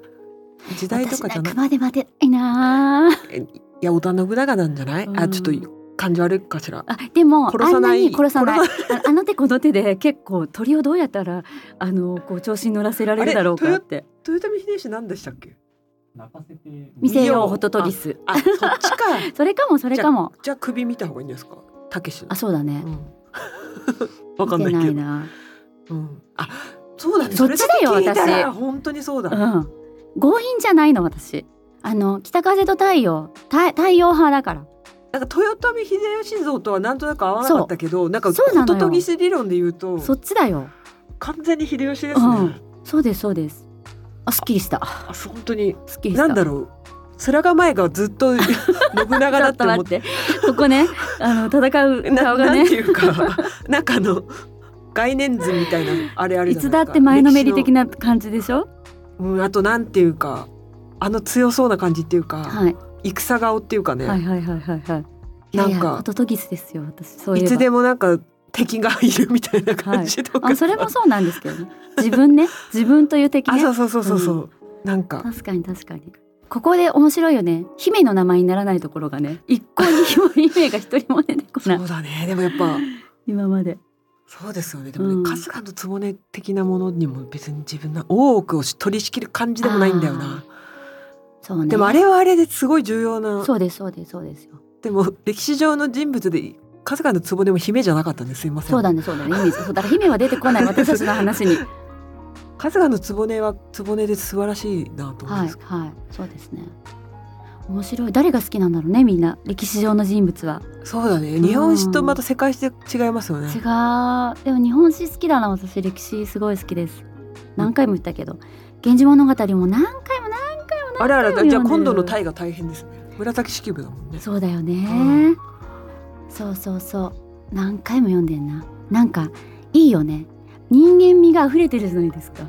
Speaker 3: 時代と
Speaker 2: 私
Speaker 3: か
Speaker 2: な
Speaker 3: じゃ
Speaker 2: ん
Speaker 3: な
Speaker 2: か
Speaker 3: い
Speaker 2: まで待てないなあ
Speaker 3: いや織田信長なんじゃない、
Speaker 2: うん
Speaker 3: あちょっと感じ悪いかしら
Speaker 2: あでも
Speaker 3: 殺さない
Speaker 2: あんなに殺さないああの手この手で結構鳥をどうやったらあのこう調子に乗らせられるだろうかって
Speaker 3: 豊臣秀吉何でしたっけ
Speaker 1: 泣かせて
Speaker 2: 見せよう
Speaker 3: 見よう
Speaker 2: ホトトリス
Speaker 3: あそっちか
Speaker 2: それかもそれかも
Speaker 3: じゃあ首見た方がいいんですかたけしの
Speaker 2: あそうだね
Speaker 3: うん わかん
Speaker 2: 見て
Speaker 3: な
Speaker 2: な
Speaker 3: いけ
Speaker 2: い
Speaker 3: ど
Speaker 2: な
Speaker 3: うんあそうだね
Speaker 2: そっちだよ
Speaker 3: それだけ聞いたら
Speaker 2: 私
Speaker 3: 本当にそうだ、
Speaker 2: うん強引じゃないの私あの北風と太陽太太陽派だから
Speaker 3: なんか豊臣秀吉像とはなんとなく合わなかったけどなんか
Speaker 2: そうなのよ
Speaker 3: ホトトギス理論で言うと
Speaker 2: そっちだよ
Speaker 3: 完全に秀吉ですね、
Speaker 2: うんそうですそうですあすっきりした
Speaker 3: あそう本当に
Speaker 2: すっきりした
Speaker 3: なんだろう面構えがずっと信長
Speaker 2: ちょ
Speaker 3: だっ
Speaker 2: ってと
Speaker 3: 思
Speaker 2: 待
Speaker 3: っ
Speaker 2: ってて ここねあの戦う
Speaker 3: な
Speaker 2: 顔が
Speaker 3: なん
Speaker 2: ね
Speaker 3: ていうか なんかあの概念図みたいなあれあれ
Speaker 2: いつだって前のめり的
Speaker 3: な
Speaker 2: な感じでしょ
Speaker 3: うん、あとなんていうかあの強そうな感じっていうか、
Speaker 2: はい
Speaker 3: 戦顔っていうかね、
Speaker 2: はい
Speaker 3: い、
Speaker 2: はいはいはいはい。
Speaker 3: なんか
Speaker 2: いやいやホトトギスですよ私そういえば
Speaker 3: つでもなんか敵がいるみたいな感じとか、
Speaker 2: あそれもそうなんですけどね自分ね自分という敵
Speaker 3: あ
Speaker 2: ね
Speaker 3: そうそうそうそうそう、なんか
Speaker 2: 確かに確かにここで面白いよね姫の名前にならないところがね一向に姫が一人も出てこ
Speaker 3: そ
Speaker 2: ないう
Speaker 3: だねでもやっぱ
Speaker 2: 今まで
Speaker 3: そうですよねでもね、
Speaker 2: うん
Speaker 3: 春日の局的なものにも別に自分の大奥を取り仕切る感じでもないんだよな、
Speaker 2: そうね
Speaker 3: でもあれはあれですごい重要な
Speaker 2: そうですそうですそうですよ
Speaker 3: でも歴史上の人物で春日の局も姫じゃなかったんですいません
Speaker 2: そうだねそうだねイメージそうだから姫は出て こない私たちの話に
Speaker 3: 春日の局は局で素晴らしいなと思うん
Speaker 2: はい
Speaker 3: ですけ
Speaker 2: はいそうですね面白い誰が好きなんだろうねみんな歴史上の人物は
Speaker 3: ど、そうだね日本史とまた世界史で違いますよね、
Speaker 2: 違うでも日本史好きだな私歴史すごい好きです何回も言ったけど「源氏物語」も何回も何回も
Speaker 3: あれあれ
Speaker 2: 何回も
Speaker 3: じゃあ
Speaker 2: 読
Speaker 3: 今
Speaker 2: んで
Speaker 3: 度
Speaker 2: る
Speaker 3: のタイが大変ですね紫式部だもんね
Speaker 2: そうだよね、
Speaker 3: う
Speaker 2: そうそうそう何回も読んでんななんかいいよね人間味が溢れてるじゃないですか、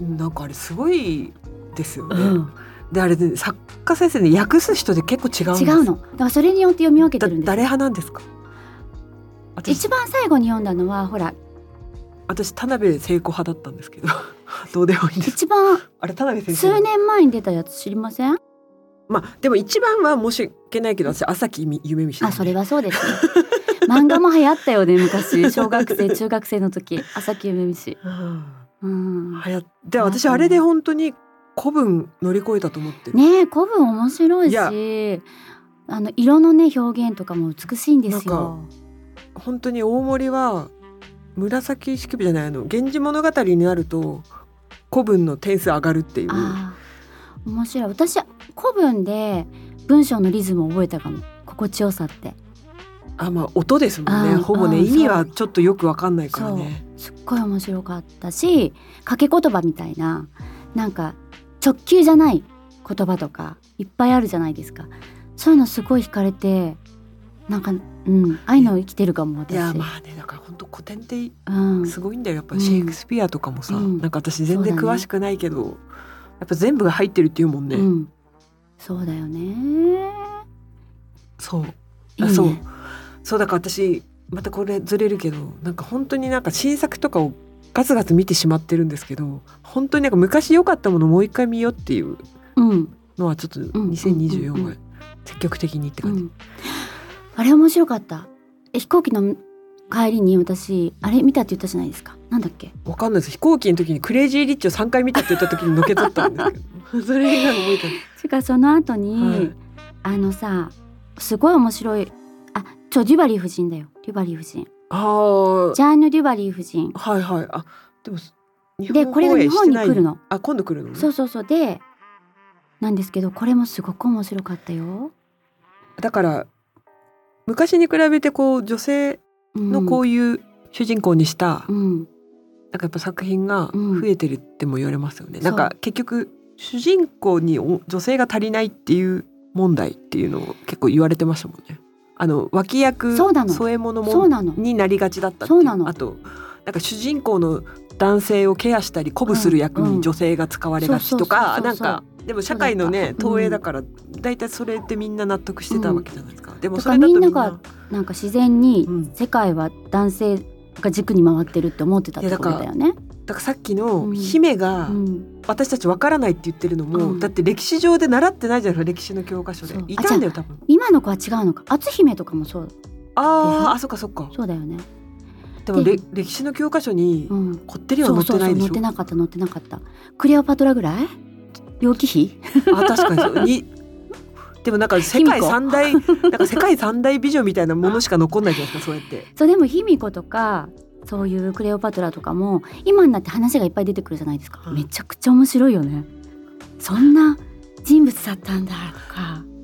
Speaker 3: なんかあれすごいですよね、
Speaker 2: うん
Speaker 3: であれで作家先生で訳す人で結構違うんです
Speaker 2: 違うのだからそれによって読み分けてるんです
Speaker 3: だ誰
Speaker 2: よ
Speaker 3: 派なんですか私
Speaker 2: 一番最後に読んだのはほら
Speaker 3: 私田辺聖子派だったんですけど どうでもいいんです
Speaker 2: 一番
Speaker 3: あれ田辺聖子
Speaker 2: 数年前に出たやつ知りません
Speaker 3: まあでも一番は申し訳ないけど私朝木夢見し
Speaker 2: あそれはそうですね 漫画も流行ったよね昔小学 生中学生の時朝木夢見しうん
Speaker 3: はやで
Speaker 2: あ
Speaker 3: 私あれで本当に古文乗り越えたと思ってる、
Speaker 2: ねえ古文面白い
Speaker 3: いや
Speaker 2: しあの色のね表現とかも美しいんですよ
Speaker 3: な。本当に大森は紫式部じゃないあの「源氏物語」になると古文の点数上がるっていう
Speaker 2: ああ面白い私古文で文章のリズムを覚えたかも心地よさって
Speaker 3: あまあ音ですもん
Speaker 2: う
Speaker 3: ね
Speaker 2: ん
Speaker 3: ほぼね
Speaker 2: うん
Speaker 3: 意味はちょっとよくわかんないから
Speaker 2: そう
Speaker 3: ね
Speaker 2: すっごい面白かったし掛け言葉みたいななんか直球じゃない言葉とかいっぱいあるじゃないですかそういうのすごい惹かれてなんかうん愛の生きてるかも私。
Speaker 3: いやまあねだから本当古典って
Speaker 2: うん、
Speaker 3: すごいんだよやっぱ
Speaker 2: うん
Speaker 3: シェイクスピアとかもさ、
Speaker 2: うん
Speaker 3: なんか私全然
Speaker 2: そうだね
Speaker 3: 詳しくないけど、やっぱ全部が入ってるっていうもんね、
Speaker 2: うん、そうだよね。
Speaker 3: そう
Speaker 2: いい
Speaker 3: あ
Speaker 2: ね、
Speaker 3: そうそうだから私またこれずれるけどなんか本当になんか新作とかをガツガツ見てしまってるんですけど本当になんか昔良かったものもう一回見ようっていう
Speaker 2: うん、
Speaker 3: のはちょっと2024は積極的にって
Speaker 2: う
Speaker 3: 感じ、
Speaker 2: ん、あれ面白かったえ飛行機の帰りに私あれ見たって言ったじゃないですかなんだっけ
Speaker 3: わかんないです飛行機の時にクレイジーリッチを3回見たって言った時にのけ取ったんですけ どそれ以外覚えてない
Speaker 2: てかその後に、
Speaker 3: はい
Speaker 2: あのさすごい面白いあちょデュバリー夫人だよデュバリー夫人
Speaker 3: あー
Speaker 2: ジャーヌ・デュバリー夫人
Speaker 3: はいはいあでも日
Speaker 2: でこれが日本に
Speaker 3: 放映してない
Speaker 2: 来るの
Speaker 3: あ今度来るのね、
Speaker 2: そうそうそうでなんですけどこれもすごく面白かったよ、
Speaker 3: だから昔に比べてこう女性
Speaker 2: うん、
Speaker 3: のこ
Speaker 2: う
Speaker 3: ういう主人公にした、
Speaker 2: ん
Speaker 3: なんかやっぱ作品が増えてるっても言われますよね、
Speaker 2: うん
Speaker 3: なんか結局主人公にお女性が足りないっていう問題っていうのを結構言われてましたもんねあの脇役
Speaker 2: そうなの
Speaker 3: 添え物
Speaker 2: そう
Speaker 3: も
Speaker 2: なの
Speaker 3: になりがちだったってい
Speaker 2: そううなの
Speaker 3: あとなんか主人公の男性をケアしたり鼓舞する役
Speaker 2: うんう
Speaker 3: に
Speaker 2: ん
Speaker 3: 女性が使われがちとか
Speaker 2: そう
Speaker 3: な
Speaker 2: そうんそうそう
Speaker 3: かでも社会の
Speaker 2: そうだっ
Speaker 3: ね
Speaker 2: た
Speaker 3: 投影だから大体それってみんな納得してたわけじゃないですか、でも
Speaker 2: だ
Speaker 3: そ
Speaker 2: から
Speaker 3: れだと
Speaker 2: み
Speaker 3: み
Speaker 2: ん
Speaker 3: ん
Speaker 2: な
Speaker 3: な
Speaker 2: がなんか自然に
Speaker 3: うん
Speaker 2: 世界は男性が軸に回ってるって思ってたっ
Speaker 3: い
Speaker 2: て
Speaker 3: や
Speaker 2: こと
Speaker 3: だから
Speaker 2: だよね。
Speaker 3: だからさっき
Speaker 2: う
Speaker 3: の
Speaker 2: ん
Speaker 3: 姫が
Speaker 2: うん
Speaker 3: 私たちわからないって言ってるのも、
Speaker 2: うん
Speaker 3: だって歴史上で習ってないじゃないですか歴史の教科書で
Speaker 2: そう
Speaker 3: いたんだよ多分
Speaker 2: 今の子は違うのか篤姫とかもそう
Speaker 3: あああそっかそっか
Speaker 2: そうだよね。
Speaker 3: でもれ
Speaker 2: で
Speaker 3: 歴史の教科書に
Speaker 2: うん、
Speaker 3: こってりは
Speaker 2: そ
Speaker 3: 載
Speaker 2: う
Speaker 3: っ
Speaker 2: そう
Speaker 3: て
Speaker 2: そ
Speaker 3: な
Speaker 2: う
Speaker 3: いで
Speaker 2: 乗っ
Speaker 3: してょ
Speaker 2: なかった乗ってなかったクレオパトラぐらい楊貴妃
Speaker 3: あ確かにそうにでもなんか世
Speaker 2: 卑弥
Speaker 3: 界
Speaker 2: 呼
Speaker 3: 三大なんか世界三大美女みたいなものしか残んないじゃないですかそうやって
Speaker 2: そうでも卑弥呼とかそういうクレオパトラとかも今になって話がいっぱい出てくるじゃないですか、
Speaker 3: うん
Speaker 2: めちゃくちゃ面白いよねそんな人物だったんだ
Speaker 3: だ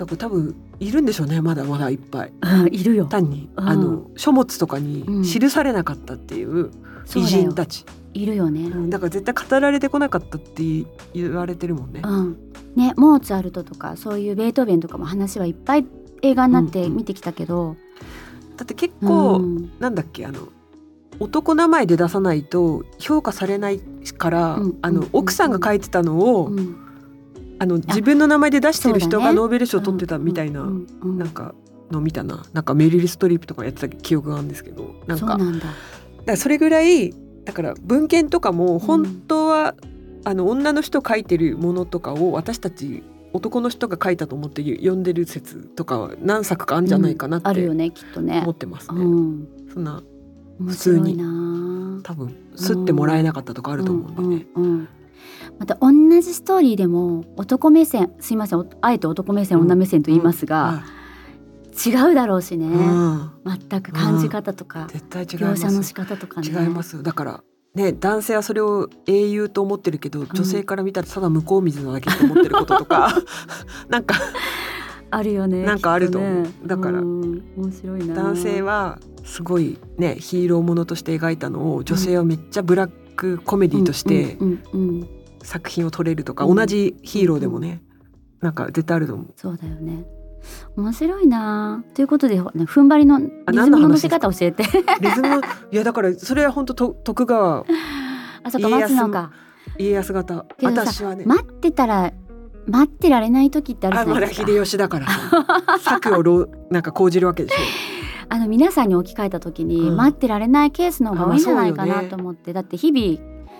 Speaker 3: から多分いるんでしょうねまだまだいっぱい
Speaker 2: とか、うん、いるよ
Speaker 3: 単に、
Speaker 2: うん
Speaker 3: あの書物とか
Speaker 2: うん
Speaker 3: に記されなかったっていう
Speaker 2: そう
Speaker 3: 偉
Speaker 2: だよ
Speaker 3: 人たち、
Speaker 2: いるよね、
Speaker 3: うんだから絶対語られてこなかったって言われてるもんね、
Speaker 2: うん、ねモーツァルトとかそういうベートーベンとかも話はいっぱい映画になって見てきたけど、
Speaker 3: だって結
Speaker 2: うん
Speaker 3: 構、なんだっけあの男名前で出さないと評価されないから、
Speaker 2: うん
Speaker 3: あの
Speaker 2: うん
Speaker 3: 奥さんが書いてたのを、
Speaker 2: うん
Speaker 3: あの自分の名前で出してる
Speaker 2: そ
Speaker 3: 人
Speaker 2: うだ
Speaker 3: が
Speaker 2: ね
Speaker 3: ノーベル賞取ってたみたいな、
Speaker 2: うんうんうん
Speaker 3: なんかの見たななんかメリル・ストリップとかやってた記憶があるんですけどなんか
Speaker 2: そうなんだ
Speaker 3: だからそれぐらいだから文献とかも本当は、あの女の人書いてるものとかを私たち男の人が書いたと思って読んでる説とかは何作かあるんじゃないかなっ
Speaker 2: ある
Speaker 3: て
Speaker 2: よねきっとね
Speaker 3: 思ってます
Speaker 2: う
Speaker 3: ね。
Speaker 2: ん
Speaker 3: そんな
Speaker 2: 面
Speaker 3: 普通
Speaker 2: 白
Speaker 3: に
Speaker 2: いな
Speaker 3: 多分吸ってもらえなかったとかあ
Speaker 2: あ
Speaker 3: ると思うんでね。
Speaker 2: うんうんうんまた同じストーリーでも男目線すいませんおあえて男目線
Speaker 3: うん
Speaker 2: 女目線と言いますが、違うだろうしね、
Speaker 3: うん
Speaker 2: 全く感じ方とか
Speaker 3: 絶対違い
Speaker 2: 描
Speaker 3: ま
Speaker 2: 写の
Speaker 3: す
Speaker 2: 仕方とかね
Speaker 3: 違いますだからね男性はそれを英雄と思ってるけど女性から見たらただ向こう水なだけと思ってることと かなんか
Speaker 2: あるよね
Speaker 3: なんかあると
Speaker 2: きっね
Speaker 3: 思うだから
Speaker 2: うん面白いな
Speaker 3: 男性はすごいねヒーローものとして描いたのを女性はめっちゃブラックコメディとして
Speaker 2: うんうんうんうん
Speaker 3: 作品を撮れるとか
Speaker 2: うん
Speaker 3: 同じヒーローでもねなんか絶対あると思う
Speaker 2: そうだよね面白いなということで、ほらね、踏ん張りのリ
Speaker 3: あ
Speaker 2: ズ
Speaker 3: 何
Speaker 2: ム
Speaker 3: の
Speaker 2: の乗
Speaker 3: 話
Speaker 2: せ
Speaker 3: ですか
Speaker 2: 方教えて
Speaker 3: リズムのいやだからそれは本当と徳川
Speaker 2: あそこ待つのか
Speaker 3: 家康型
Speaker 2: けどさ
Speaker 3: 私はね
Speaker 2: 待ってたら待ってられない時ってあるじ
Speaker 3: あ
Speaker 2: ゃな
Speaker 3: ま
Speaker 2: い
Speaker 3: だ
Speaker 2: ですか
Speaker 3: 秀吉だ からさ策をろうなんか講じるわけでしょ
Speaker 2: あの皆さんに置き換えた時に
Speaker 3: うん
Speaker 2: 待ってられないケースの方が多いんじゃないか
Speaker 3: あま
Speaker 2: な
Speaker 3: あそうよね
Speaker 2: と思って、だって日々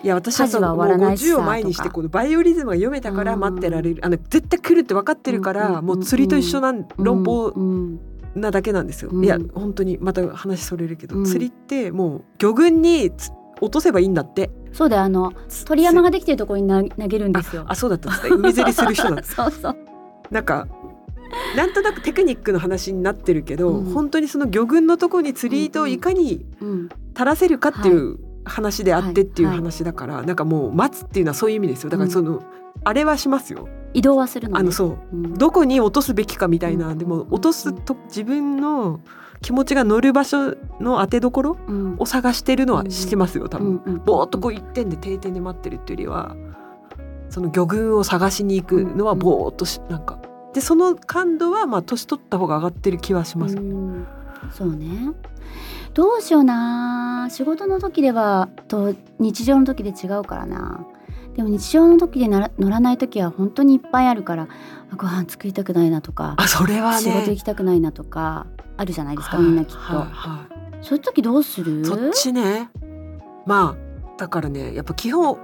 Speaker 3: いや私はそ
Speaker 2: 家事
Speaker 3: のも
Speaker 2: は
Speaker 3: う
Speaker 2: 終わらないしさ
Speaker 3: 50を前にして
Speaker 2: とか
Speaker 3: このバイオリズムが読めたから待ってられるあの絶対来るって分かってるか
Speaker 2: うんうんうん
Speaker 3: ら
Speaker 2: うん
Speaker 3: もう釣りと一緒なん論法
Speaker 2: うん
Speaker 3: なだけなんですよ
Speaker 2: うん
Speaker 3: いや本当にまた話それるけ
Speaker 2: う
Speaker 3: ど
Speaker 2: ん
Speaker 3: 釣りってもう魚群につ落とせばいいんだって
Speaker 2: そうだよあの鳥山ができてるところにな投げるんですよ
Speaker 3: あそうだったっつって海釣りす る人だっつ
Speaker 2: そうそう
Speaker 3: なんかなんとなくテクニックの話になってるけど
Speaker 2: うん
Speaker 3: 本当にその魚群のとこに釣り糸をいかに
Speaker 2: うん
Speaker 3: 垂らせるかっていう話であってっていう
Speaker 2: はい
Speaker 3: 話だから、なんかもう待つっていうのはそういう意味ですよだからその、あれはしますよ
Speaker 2: 移動はするのね
Speaker 3: あのそ
Speaker 2: う
Speaker 3: う
Speaker 2: ん
Speaker 3: どこに落とすべきかみたいな、
Speaker 2: うん
Speaker 3: でも落とすと自分の気持ちが乗る場所の当てどころ
Speaker 2: うん
Speaker 3: を探してるの
Speaker 2: う
Speaker 3: は
Speaker 2: ん
Speaker 3: してますよ多分、
Speaker 2: うんうん
Speaker 3: ぼーっとこう一点で定点で待ってるっていうよりはその魚群を探しに行くのはぼーっとしなんかでその感度はまあ年取った方が上がってる気はします、
Speaker 2: うんそうねどうしような仕事の時ではと日常の時で違うからなでも日常の時でなら乗らない時は本当にいっぱいあるからあご飯作りたくないなとか
Speaker 3: あそれはね
Speaker 2: 仕事行きたくないなとかあるじゃないですか、みんなきっと、
Speaker 3: はいはい
Speaker 2: そういう時どうする
Speaker 3: そっちねまあだからねやっぱ基本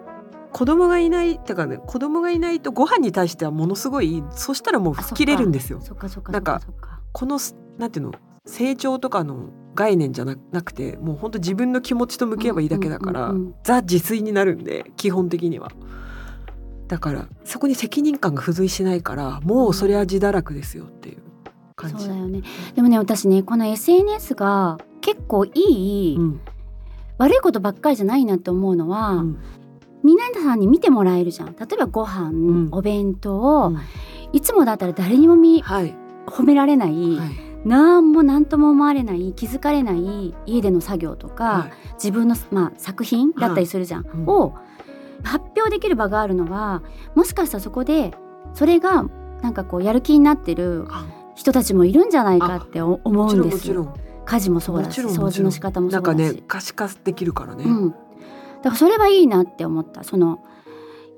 Speaker 3: 子供がいないってかね子供がいないとご飯に対してはものすごいそしたらもう
Speaker 2: あそっか
Speaker 3: 吹っ切れるんですよ。
Speaker 2: そっかそっかそ
Speaker 3: な
Speaker 2: っ
Speaker 3: ん
Speaker 2: か
Speaker 3: か
Speaker 2: そっか
Speaker 3: このすなんていうの成長とかの概念じゃななくてもう本当自分の気持ちと向き合えばいいだけだか
Speaker 2: う
Speaker 3: ら、
Speaker 2: んうんうん
Speaker 3: ザ自炊になるんで基本的には。だからそこに責任感が付随しないからもうそれは自堕落ですよっていう感
Speaker 2: そう
Speaker 3: じ。
Speaker 2: だよねでもね私ねこの SNS が結構いい、
Speaker 3: うん
Speaker 2: 悪いことばっかりじゃないなって思うのは、
Speaker 3: うん
Speaker 2: 皆さんに見てもらえるじゃん例えばご飯、
Speaker 3: ん
Speaker 2: お弁当
Speaker 3: う
Speaker 2: を、
Speaker 3: ん
Speaker 2: いつもだったら誰にも見
Speaker 3: はい、
Speaker 2: 褒められない、
Speaker 3: はい
Speaker 2: なんも何とも思われない気づかれない家での作業とか、
Speaker 3: はい
Speaker 2: 自分の、まあ、作品だったりするじゃん、
Speaker 3: うん
Speaker 2: を発表できる場があるのはもしかしたらそこでそれがなんかこうやる気になってる
Speaker 3: あ
Speaker 2: 人たちもいるんじゃないかって思
Speaker 3: も
Speaker 2: う
Speaker 3: ち
Speaker 2: ん
Speaker 3: ろん
Speaker 2: で
Speaker 3: も
Speaker 2: す
Speaker 3: ち
Speaker 2: よ
Speaker 3: ろん
Speaker 2: 家事もそうだ
Speaker 3: も
Speaker 2: し
Speaker 3: ちろん
Speaker 2: 掃除の仕方もそ
Speaker 3: な
Speaker 2: うん
Speaker 3: か
Speaker 2: だし、
Speaker 3: ね可視化できるからね、
Speaker 2: うん、だからそれはいいなって思ったその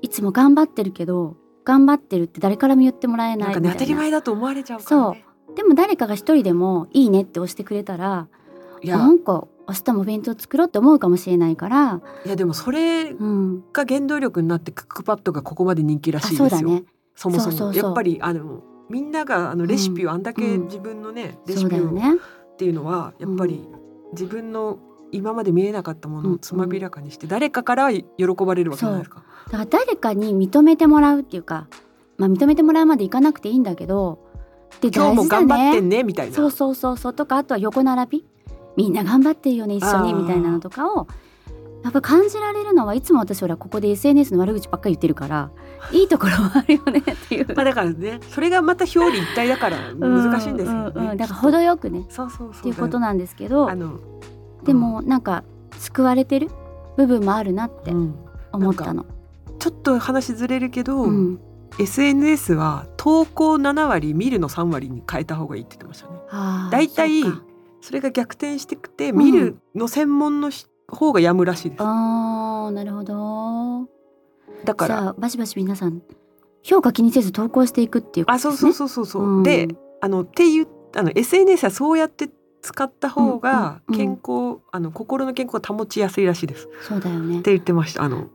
Speaker 2: いつも頑張ってるけど頑張ってるって誰からも言ってもらえない
Speaker 3: な
Speaker 2: みたい
Speaker 3: んか
Speaker 2: な
Speaker 3: ね当たり前だと思われちゃうから、ね、
Speaker 2: でも誰かが一人でも「いいね」って押してくれたら
Speaker 3: いや
Speaker 2: なんか明日もお弁当作ろうって思うかもしれないから、
Speaker 3: いやでもそれ
Speaker 2: うん、
Speaker 3: が原動力になってクックパッドがここまで人気ら
Speaker 2: あ
Speaker 3: しいです
Speaker 2: そ
Speaker 3: よ
Speaker 2: うだね
Speaker 3: そもそ
Speaker 2: そう
Speaker 3: も
Speaker 2: そうそう
Speaker 3: やっぱりあのみんながあのレシピをあんだけ
Speaker 2: うん
Speaker 3: 自分のね、レ
Speaker 2: そ
Speaker 3: シ
Speaker 2: うだ
Speaker 3: ピ
Speaker 2: よ
Speaker 3: を
Speaker 2: ね
Speaker 3: っていうのはやっぱり自分の今まで見えなかったものをつまびらかにして誰かから喜ばれるわけじゃないですか。
Speaker 2: だから誰かに認めてもらうっていうか、まあ、認めてもらうまでいかなくていいんだけどで
Speaker 3: 今日も頑張っ
Speaker 2: ね
Speaker 3: てんねみたいな。
Speaker 2: そうそうそうそうとかあとは横並びみんな頑張ってるよね一緒に
Speaker 3: あー
Speaker 2: みたいなのとかをやっぱ感じられるのはいつも私ほらここで SNS の悪口ばっかり言ってる からいいところはあるよねっていう
Speaker 3: まあだからねそれがまた表裏一体だから難しいんですよ
Speaker 2: ううう
Speaker 3: ね。
Speaker 2: んだから程よくね
Speaker 3: そうそうそう。
Speaker 2: っていうことなんですけど
Speaker 3: あの
Speaker 2: でもなんか救われてる部分もあるなって
Speaker 3: うん
Speaker 2: 思ったの。
Speaker 3: ちょっと話ずれるけど、
Speaker 2: うん
Speaker 3: SNS は投稿7割見るの3割に変えた方がいいって言ってましたね。
Speaker 2: あー
Speaker 3: 大体
Speaker 2: そうか
Speaker 3: それが逆転してくて
Speaker 2: ん
Speaker 3: 見るの専門のし方がやむらしいです。
Speaker 2: あーなるほど。
Speaker 3: だか
Speaker 2: じ
Speaker 3: ら
Speaker 2: ゃあバシバシ皆さん評価気にせず投稿していくっていうこと
Speaker 3: あ
Speaker 2: です
Speaker 3: そ
Speaker 2: ね。
Speaker 3: うそうそうそうそう、
Speaker 2: うん
Speaker 3: であのっていうあの SNS はそうやって使った方が
Speaker 2: うんうん
Speaker 3: 健康、あの心の健康が保ちやすいらしいですっ
Speaker 2: そうだよね。
Speaker 3: て言ってましたあの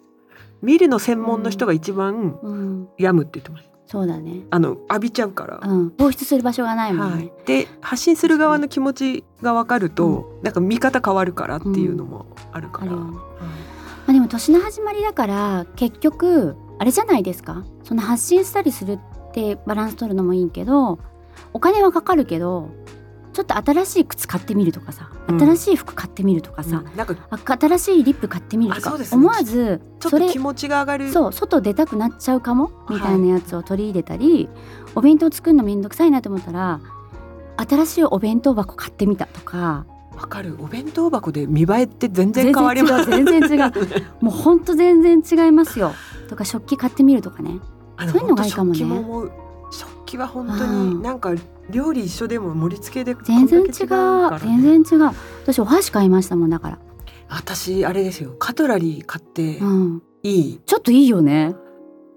Speaker 3: 見るの専門の人が一番
Speaker 2: うん
Speaker 3: 病むって言ってました
Speaker 2: そうだね。
Speaker 3: あの浴びちゃうから、
Speaker 2: うん放出する場所がないもん
Speaker 3: は
Speaker 2: ね。
Speaker 3: い、で発信する側の気持ちが分かると、なんか見方変わるからっていうのもある
Speaker 2: あ
Speaker 3: か
Speaker 2: る
Speaker 3: ら、
Speaker 2: よね。
Speaker 3: はい
Speaker 2: まあでも年の始まりだから結局あれじゃないですか。その発信したりするってバランス取るのもいいけど、お金はかかるけど。ちょっと新しい靴買ってみるとかさ、
Speaker 3: うん
Speaker 2: 新しい服買ってみるとかさ、
Speaker 3: うんなんか
Speaker 2: あ新しいリップ買ってみると
Speaker 3: あそ
Speaker 2: か、
Speaker 3: うですね
Speaker 2: 思わず
Speaker 3: ちょ
Speaker 2: そ
Speaker 3: っと
Speaker 2: れ
Speaker 3: 気持ちが上がる
Speaker 2: そう外出たくなっちゃうかも
Speaker 3: い
Speaker 2: みたいなやつを取り入れたり、お弁当作るのめんどくさいなと思ったら新しいお弁当箱買ってみたとか
Speaker 3: わかるお弁当箱で見栄えって全然変わります
Speaker 2: 全然違う全 然違うもうほんと全然違いますよとか食器買ってみるとかね
Speaker 3: あの
Speaker 2: そういうのがいいかもね
Speaker 3: 本当食器も思う食器は本当
Speaker 2: う
Speaker 3: に
Speaker 2: ん
Speaker 3: なんか料理一緒でも盛り付けでこん
Speaker 2: 全
Speaker 3: だけ
Speaker 2: 然違う
Speaker 3: からね
Speaker 2: 全然違う私お箸買いましたもんだから、
Speaker 3: 私あれですよカトラリー買って
Speaker 2: うん、
Speaker 3: いい、
Speaker 2: ちょっといいよね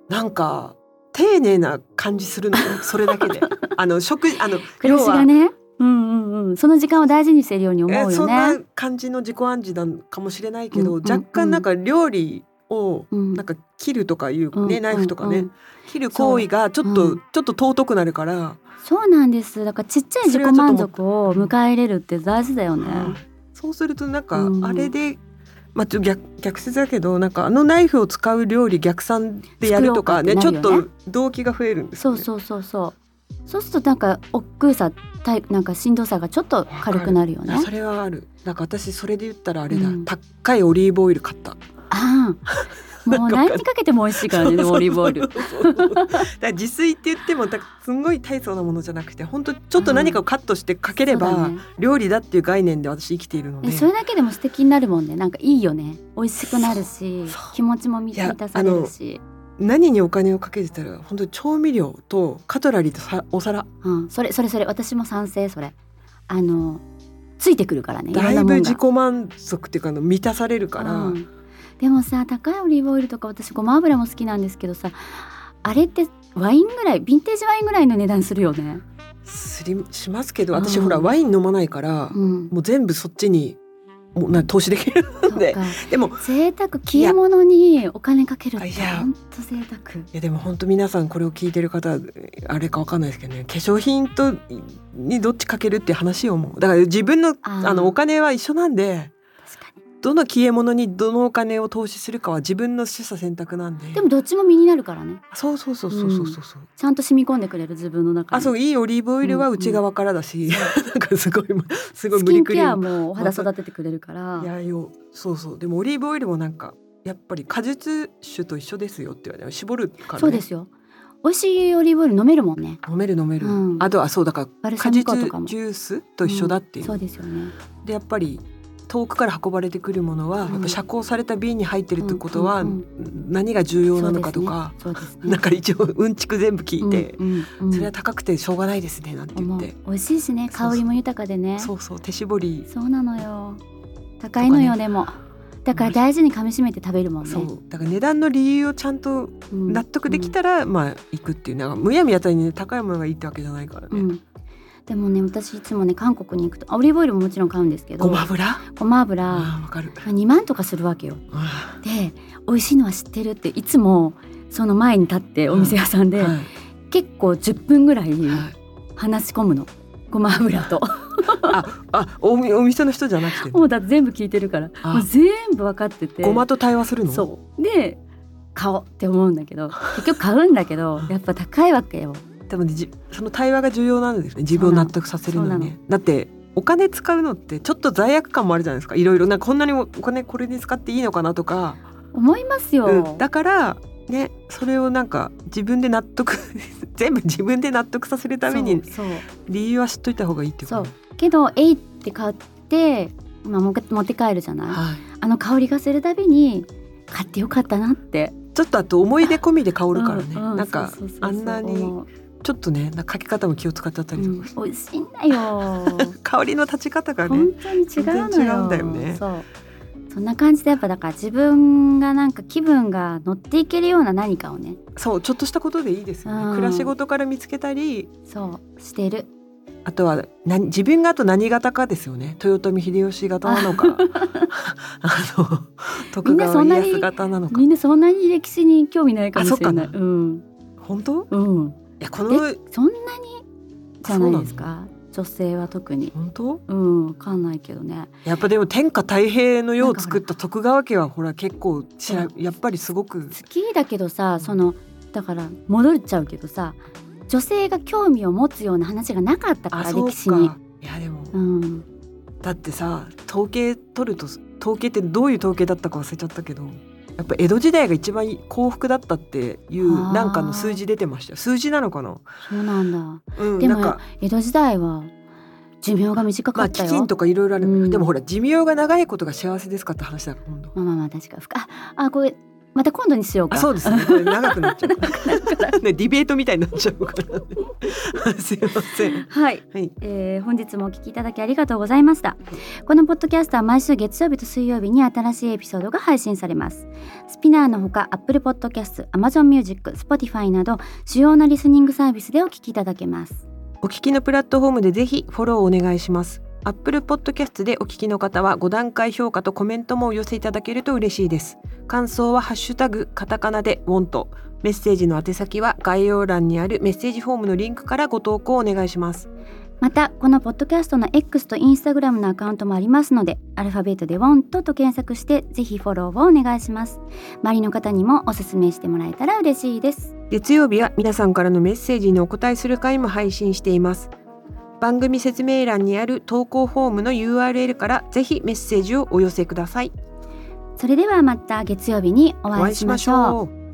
Speaker 3: なんか丁寧な感じするのよそれ だけであの食あの
Speaker 2: 暮らしがねうんうんうんその時間を大事にしてるように
Speaker 3: 要
Speaker 2: 思う
Speaker 3: は
Speaker 2: よ
Speaker 3: え
Speaker 2: ね
Speaker 3: そんな感じの自己暗示なんかもしれないけど、
Speaker 2: うんうんうん
Speaker 3: 若干なんか料理を
Speaker 2: うん
Speaker 3: なんか切るとかいうね、
Speaker 2: うん
Speaker 3: ナイフとかね、
Speaker 2: うんうん
Speaker 3: 切る行為がちょっ
Speaker 2: そう
Speaker 3: と、
Speaker 2: うん
Speaker 3: ちょっと尊くなるから、
Speaker 2: そうなんですだからちっちゃい自己満足を迎え入れるって大事だよね
Speaker 3: そうするとなんか
Speaker 2: うん
Speaker 3: あれで、まあちょっと逆逆説だけどなんかあのナイフを使う料理逆算でやるとかね
Speaker 2: 作
Speaker 3: ち
Speaker 2: ろう
Speaker 3: ょ
Speaker 2: か
Speaker 3: っ
Speaker 2: ってなるよね
Speaker 3: と動機が増えるんです
Speaker 2: そ
Speaker 3: よ
Speaker 2: う
Speaker 3: ね。
Speaker 2: そうそうそうそうするとなんか億劫さたいなんかしんどさがちょっと軽くなるよね
Speaker 3: あそれはあるなんか私それで言ったらあれだ、
Speaker 2: うん
Speaker 3: 高いオリーブオイル買った
Speaker 2: ああもう何にかけても美味しいからねでもオリーブオイル
Speaker 3: そうそうそうだから自炊って言ってもだからすんごい大層なものじゃなくて本当ちょっと何かをカットしてかけれ
Speaker 2: そうだ
Speaker 3: ば
Speaker 2: ね
Speaker 3: 料理だっていう概念で私生きているので、
Speaker 2: えそれだけでも素敵になるもんねなんかいいよね美味しくなるし
Speaker 3: そうそう
Speaker 2: 気持ちも満
Speaker 3: いや
Speaker 2: 満たされるし、
Speaker 3: 何にお金をかけてたら本当に調味料とカトラリーとさお皿
Speaker 2: うん、それそれそれ私も賛成それあのついてくるからねいろ
Speaker 3: だ
Speaker 2: ん
Speaker 3: い
Speaker 2: なもん
Speaker 3: ぶ
Speaker 2: が
Speaker 3: 自己満足っていうかあの満たされるから、
Speaker 2: うんでもさ高いオリーブオイルとか私ごま油も好きなんですけどさあれってワインぐらいヴィンテージワインぐらいの値段するよね。
Speaker 3: すりしますけど私
Speaker 2: うん
Speaker 3: ほらワイン飲まないから、
Speaker 2: うん、
Speaker 3: もう全部そっちにもうな投資できる
Speaker 2: そ
Speaker 3: ん
Speaker 2: う
Speaker 3: で
Speaker 2: か
Speaker 3: でも
Speaker 2: 贅沢消え物にお金かけるって
Speaker 3: いや
Speaker 2: 本当贅沢
Speaker 3: いやでも本当皆さんこれを聞いてる方あれかわかんないですけどね化粧品とにどっちかけるって話をもうだから自分の
Speaker 2: あー
Speaker 3: あのお金は一緒なんで
Speaker 2: 確か
Speaker 3: どの消え物にどのお金を投資するかは自分の取捨選択なんで
Speaker 2: にでもどっちも身になるからね
Speaker 3: そうそうそうそうそうそうそう、
Speaker 2: ちゃんと染み込んでくれる自分の中に
Speaker 3: あそういいオリーブオイルは内側からだし、 なんかすごいすごい
Speaker 2: ス
Speaker 3: 無
Speaker 2: キ
Speaker 3: 理
Speaker 2: ン
Speaker 3: くり
Speaker 2: ケアもお肌育ててくれるから
Speaker 3: いやよそうそうでもオリーブオイルもなんかやっぱり果実酒と一緒ですよって言われて絞るから、ね、
Speaker 2: そうですよ美味しいオリーブオイル飲めるもんね
Speaker 3: 飲める飲める、
Speaker 2: うん
Speaker 3: あとはそうだから
Speaker 2: バルサ
Speaker 3: 果
Speaker 2: ミ
Speaker 3: 実
Speaker 2: コとかも
Speaker 3: ジュースと一緒だっていう,、
Speaker 2: んそうですよね
Speaker 3: でやっぱり遠くから運ばれてくるものは、
Speaker 2: うん
Speaker 3: やっぱ遮光された瓶に入ってるってことは、
Speaker 2: うんうん
Speaker 3: 何が重要なのかとか、
Speaker 2: そうですね
Speaker 3: なんか一応うんちく全部聞いて、
Speaker 2: うんうんうん
Speaker 3: それは高くてしょうがないですねなんて言
Speaker 2: 思
Speaker 3: っ
Speaker 2: う
Speaker 3: て、
Speaker 2: 美味しいしね
Speaker 3: そうそう
Speaker 2: 香りも豊かでね
Speaker 3: そうそう手絞り
Speaker 2: そうなのよ高いの
Speaker 3: と
Speaker 2: よ
Speaker 3: か
Speaker 2: でもだから大事に噛み締めて食べるもんね
Speaker 3: そうだから値段の理由をちゃんと
Speaker 2: うん
Speaker 3: 納得できたら、まあ行くっていうなんかむやみやたりにね高いものがいいってわけじゃないからね、
Speaker 2: うんでもね私いつもね韓国に行くとあオリーブオイルももちろん買うんですけど
Speaker 3: ごま油あ
Speaker 2: ごま油ま
Speaker 3: あわかる
Speaker 2: あ2万とかするわけよ
Speaker 3: あ
Speaker 2: で美味しいのは知ってるっていつもその前に立ってお店屋さん
Speaker 3: あ
Speaker 2: で、
Speaker 3: は
Speaker 2: 結構10分ぐらい
Speaker 3: いはい
Speaker 2: 話し込むのごま油と
Speaker 3: ああおみお店の人じゃなくてね
Speaker 2: もうだって全部聞いてるから
Speaker 3: あ
Speaker 2: もう全部分かってて
Speaker 3: ごまと対話するの
Speaker 2: そうで買おうって思うんだけど結局買うんだけどやっぱ高いわけよ
Speaker 3: でもねじその対話が重要なんですね自分を納得させるのにねだってお金使うのってちょっと罪悪感もあるじゃないですかいろいろなんかこんなにもお金これに使っていいのかなとか、
Speaker 2: 思いますよ、
Speaker 3: うんだからねそれをなんか自分で納得 全部自分で納得させるために
Speaker 2: そうそう
Speaker 3: 理由は知っといた方がいいっていう
Speaker 2: そ
Speaker 3: こ
Speaker 2: う
Speaker 3: とね
Speaker 2: けど「えい」って買って、まあ、も持って帰るじゃない、
Speaker 3: はい
Speaker 2: あの香りがするたびに買ってよかったなって
Speaker 3: ちょっとあと思い出込みで香るからね、
Speaker 2: うう
Speaker 3: なんか
Speaker 2: そうそうそうそう
Speaker 3: あんなに
Speaker 2: 思う
Speaker 3: ちょっとねなんかかけ方も気を使っちゃったりとか、
Speaker 2: うん、美味しいんだ よ
Speaker 3: 香りの立ち方がね
Speaker 2: 本当に違う
Speaker 3: 全
Speaker 2: の
Speaker 3: 然違
Speaker 2: よ
Speaker 3: うんだよね
Speaker 2: そうそんな感じでやっぱだから自分がなんか気分が乗っていけるような何かをね
Speaker 3: そうちょっとしたことでいいですよね、
Speaker 2: うん
Speaker 3: 暮らし事から見つけたり
Speaker 2: そうしてる
Speaker 3: あとは何自分があと何型かですよね豊臣秀吉型なのかあの
Speaker 2: み
Speaker 3: 徳
Speaker 2: んなそ
Speaker 3: 川
Speaker 2: んな
Speaker 3: 家
Speaker 2: に
Speaker 3: 康型なのか
Speaker 2: みんなそんなに歴史に興味ないかもしれな
Speaker 3: あ
Speaker 2: い
Speaker 3: そっか
Speaker 2: うん
Speaker 3: 本当
Speaker 2: うん
Speaker 3: いやこの
Speaker 2: そんなにじゃないですか女性は特に
Speaker 3: 本当
Speaker 2: うんわかんないけどね
Speaker 3: やっぱでも天下太平の世を作っ
Speaker 2: な
Speaker 3: た徳川家はほら結構しら
Speaker 2: う
Speaker 3: やっぱりすごく
Speaker 2: 好きだけどさそのだから戻っちゃうけどさ女性が興味を持つような話がなかったか
Speaker 3: あ
Speaker 2: ら
Speaker 3: そう
Speaker 2: 歴史に
Speaker 3: かいやでも、
Speaker 2: うん
Speaker 3: だってさ統計取ると統計ってどういう統計だったか忘れちゃったけどやっぱ江戸時代が一番幸福だったっていう
Speaker 2: あー
Speaker 3: なんかの数字出てましたよ数字なのかな、
Speaker 2: そうなんだ
Speaker 3: うん、
Speaker 2: でも
Speaker 3: なんか
Speaker 2: 江戸時代は寿命が短
Speaker 3: ま
Speaker 2: か
Speaker 3: あ
Speaker 2: ったよ、
Speaker 3: 基金とかいろいろある、
Speaker 2: うん
Speaker 3: でもほら寿命が長いことが幸せですかって話だから今度
Speaker 2: まあまあまあ確か深ああこれまた今度にしようか
Speaker 3: あそうですねこれ長くなっちゃうねディベートみたいになっちゃうからね すいません
Speaker 2: はい、
Speaker 3: はい
Speaker 2: えー本日もお聞きいただきありがとうございましたこのポッドキャストは毎週月曜日と水曜日に新しいエピソードが配信されますスピナーのほか Apple Podcast、Amazon Music、Spotify など主要なリスニングサービスでお聞きいただけます
Speaker 3: お聞きのプラットフォームでぜひフォローお願いします。Apple Podcast でお聞きの方は5段階評価とコメントもお寄せいただけると嬉しいです。感想はハッシュタグカタカナで want メッセージの宛先は概要欄にあるメッセージフォームのリンクからご投稿お願いします。
Speaker 2: またこのポッドキャストの X と Instagram のアカウントもありますのでアルファベットで「WANT」と検索してぜひフォローをお願いします周りの方にもおすすめしてもらえたら嬉しいです
Speaker 3: 月曜日は皆さんからのメッセージにお答えする回も配信しています。番組説明欄にある投稿フォームの URL からぜひメッセージをお寄せください。
Speaker 2: それではまた月曜日にお会いしましょう
Speaker 3: う。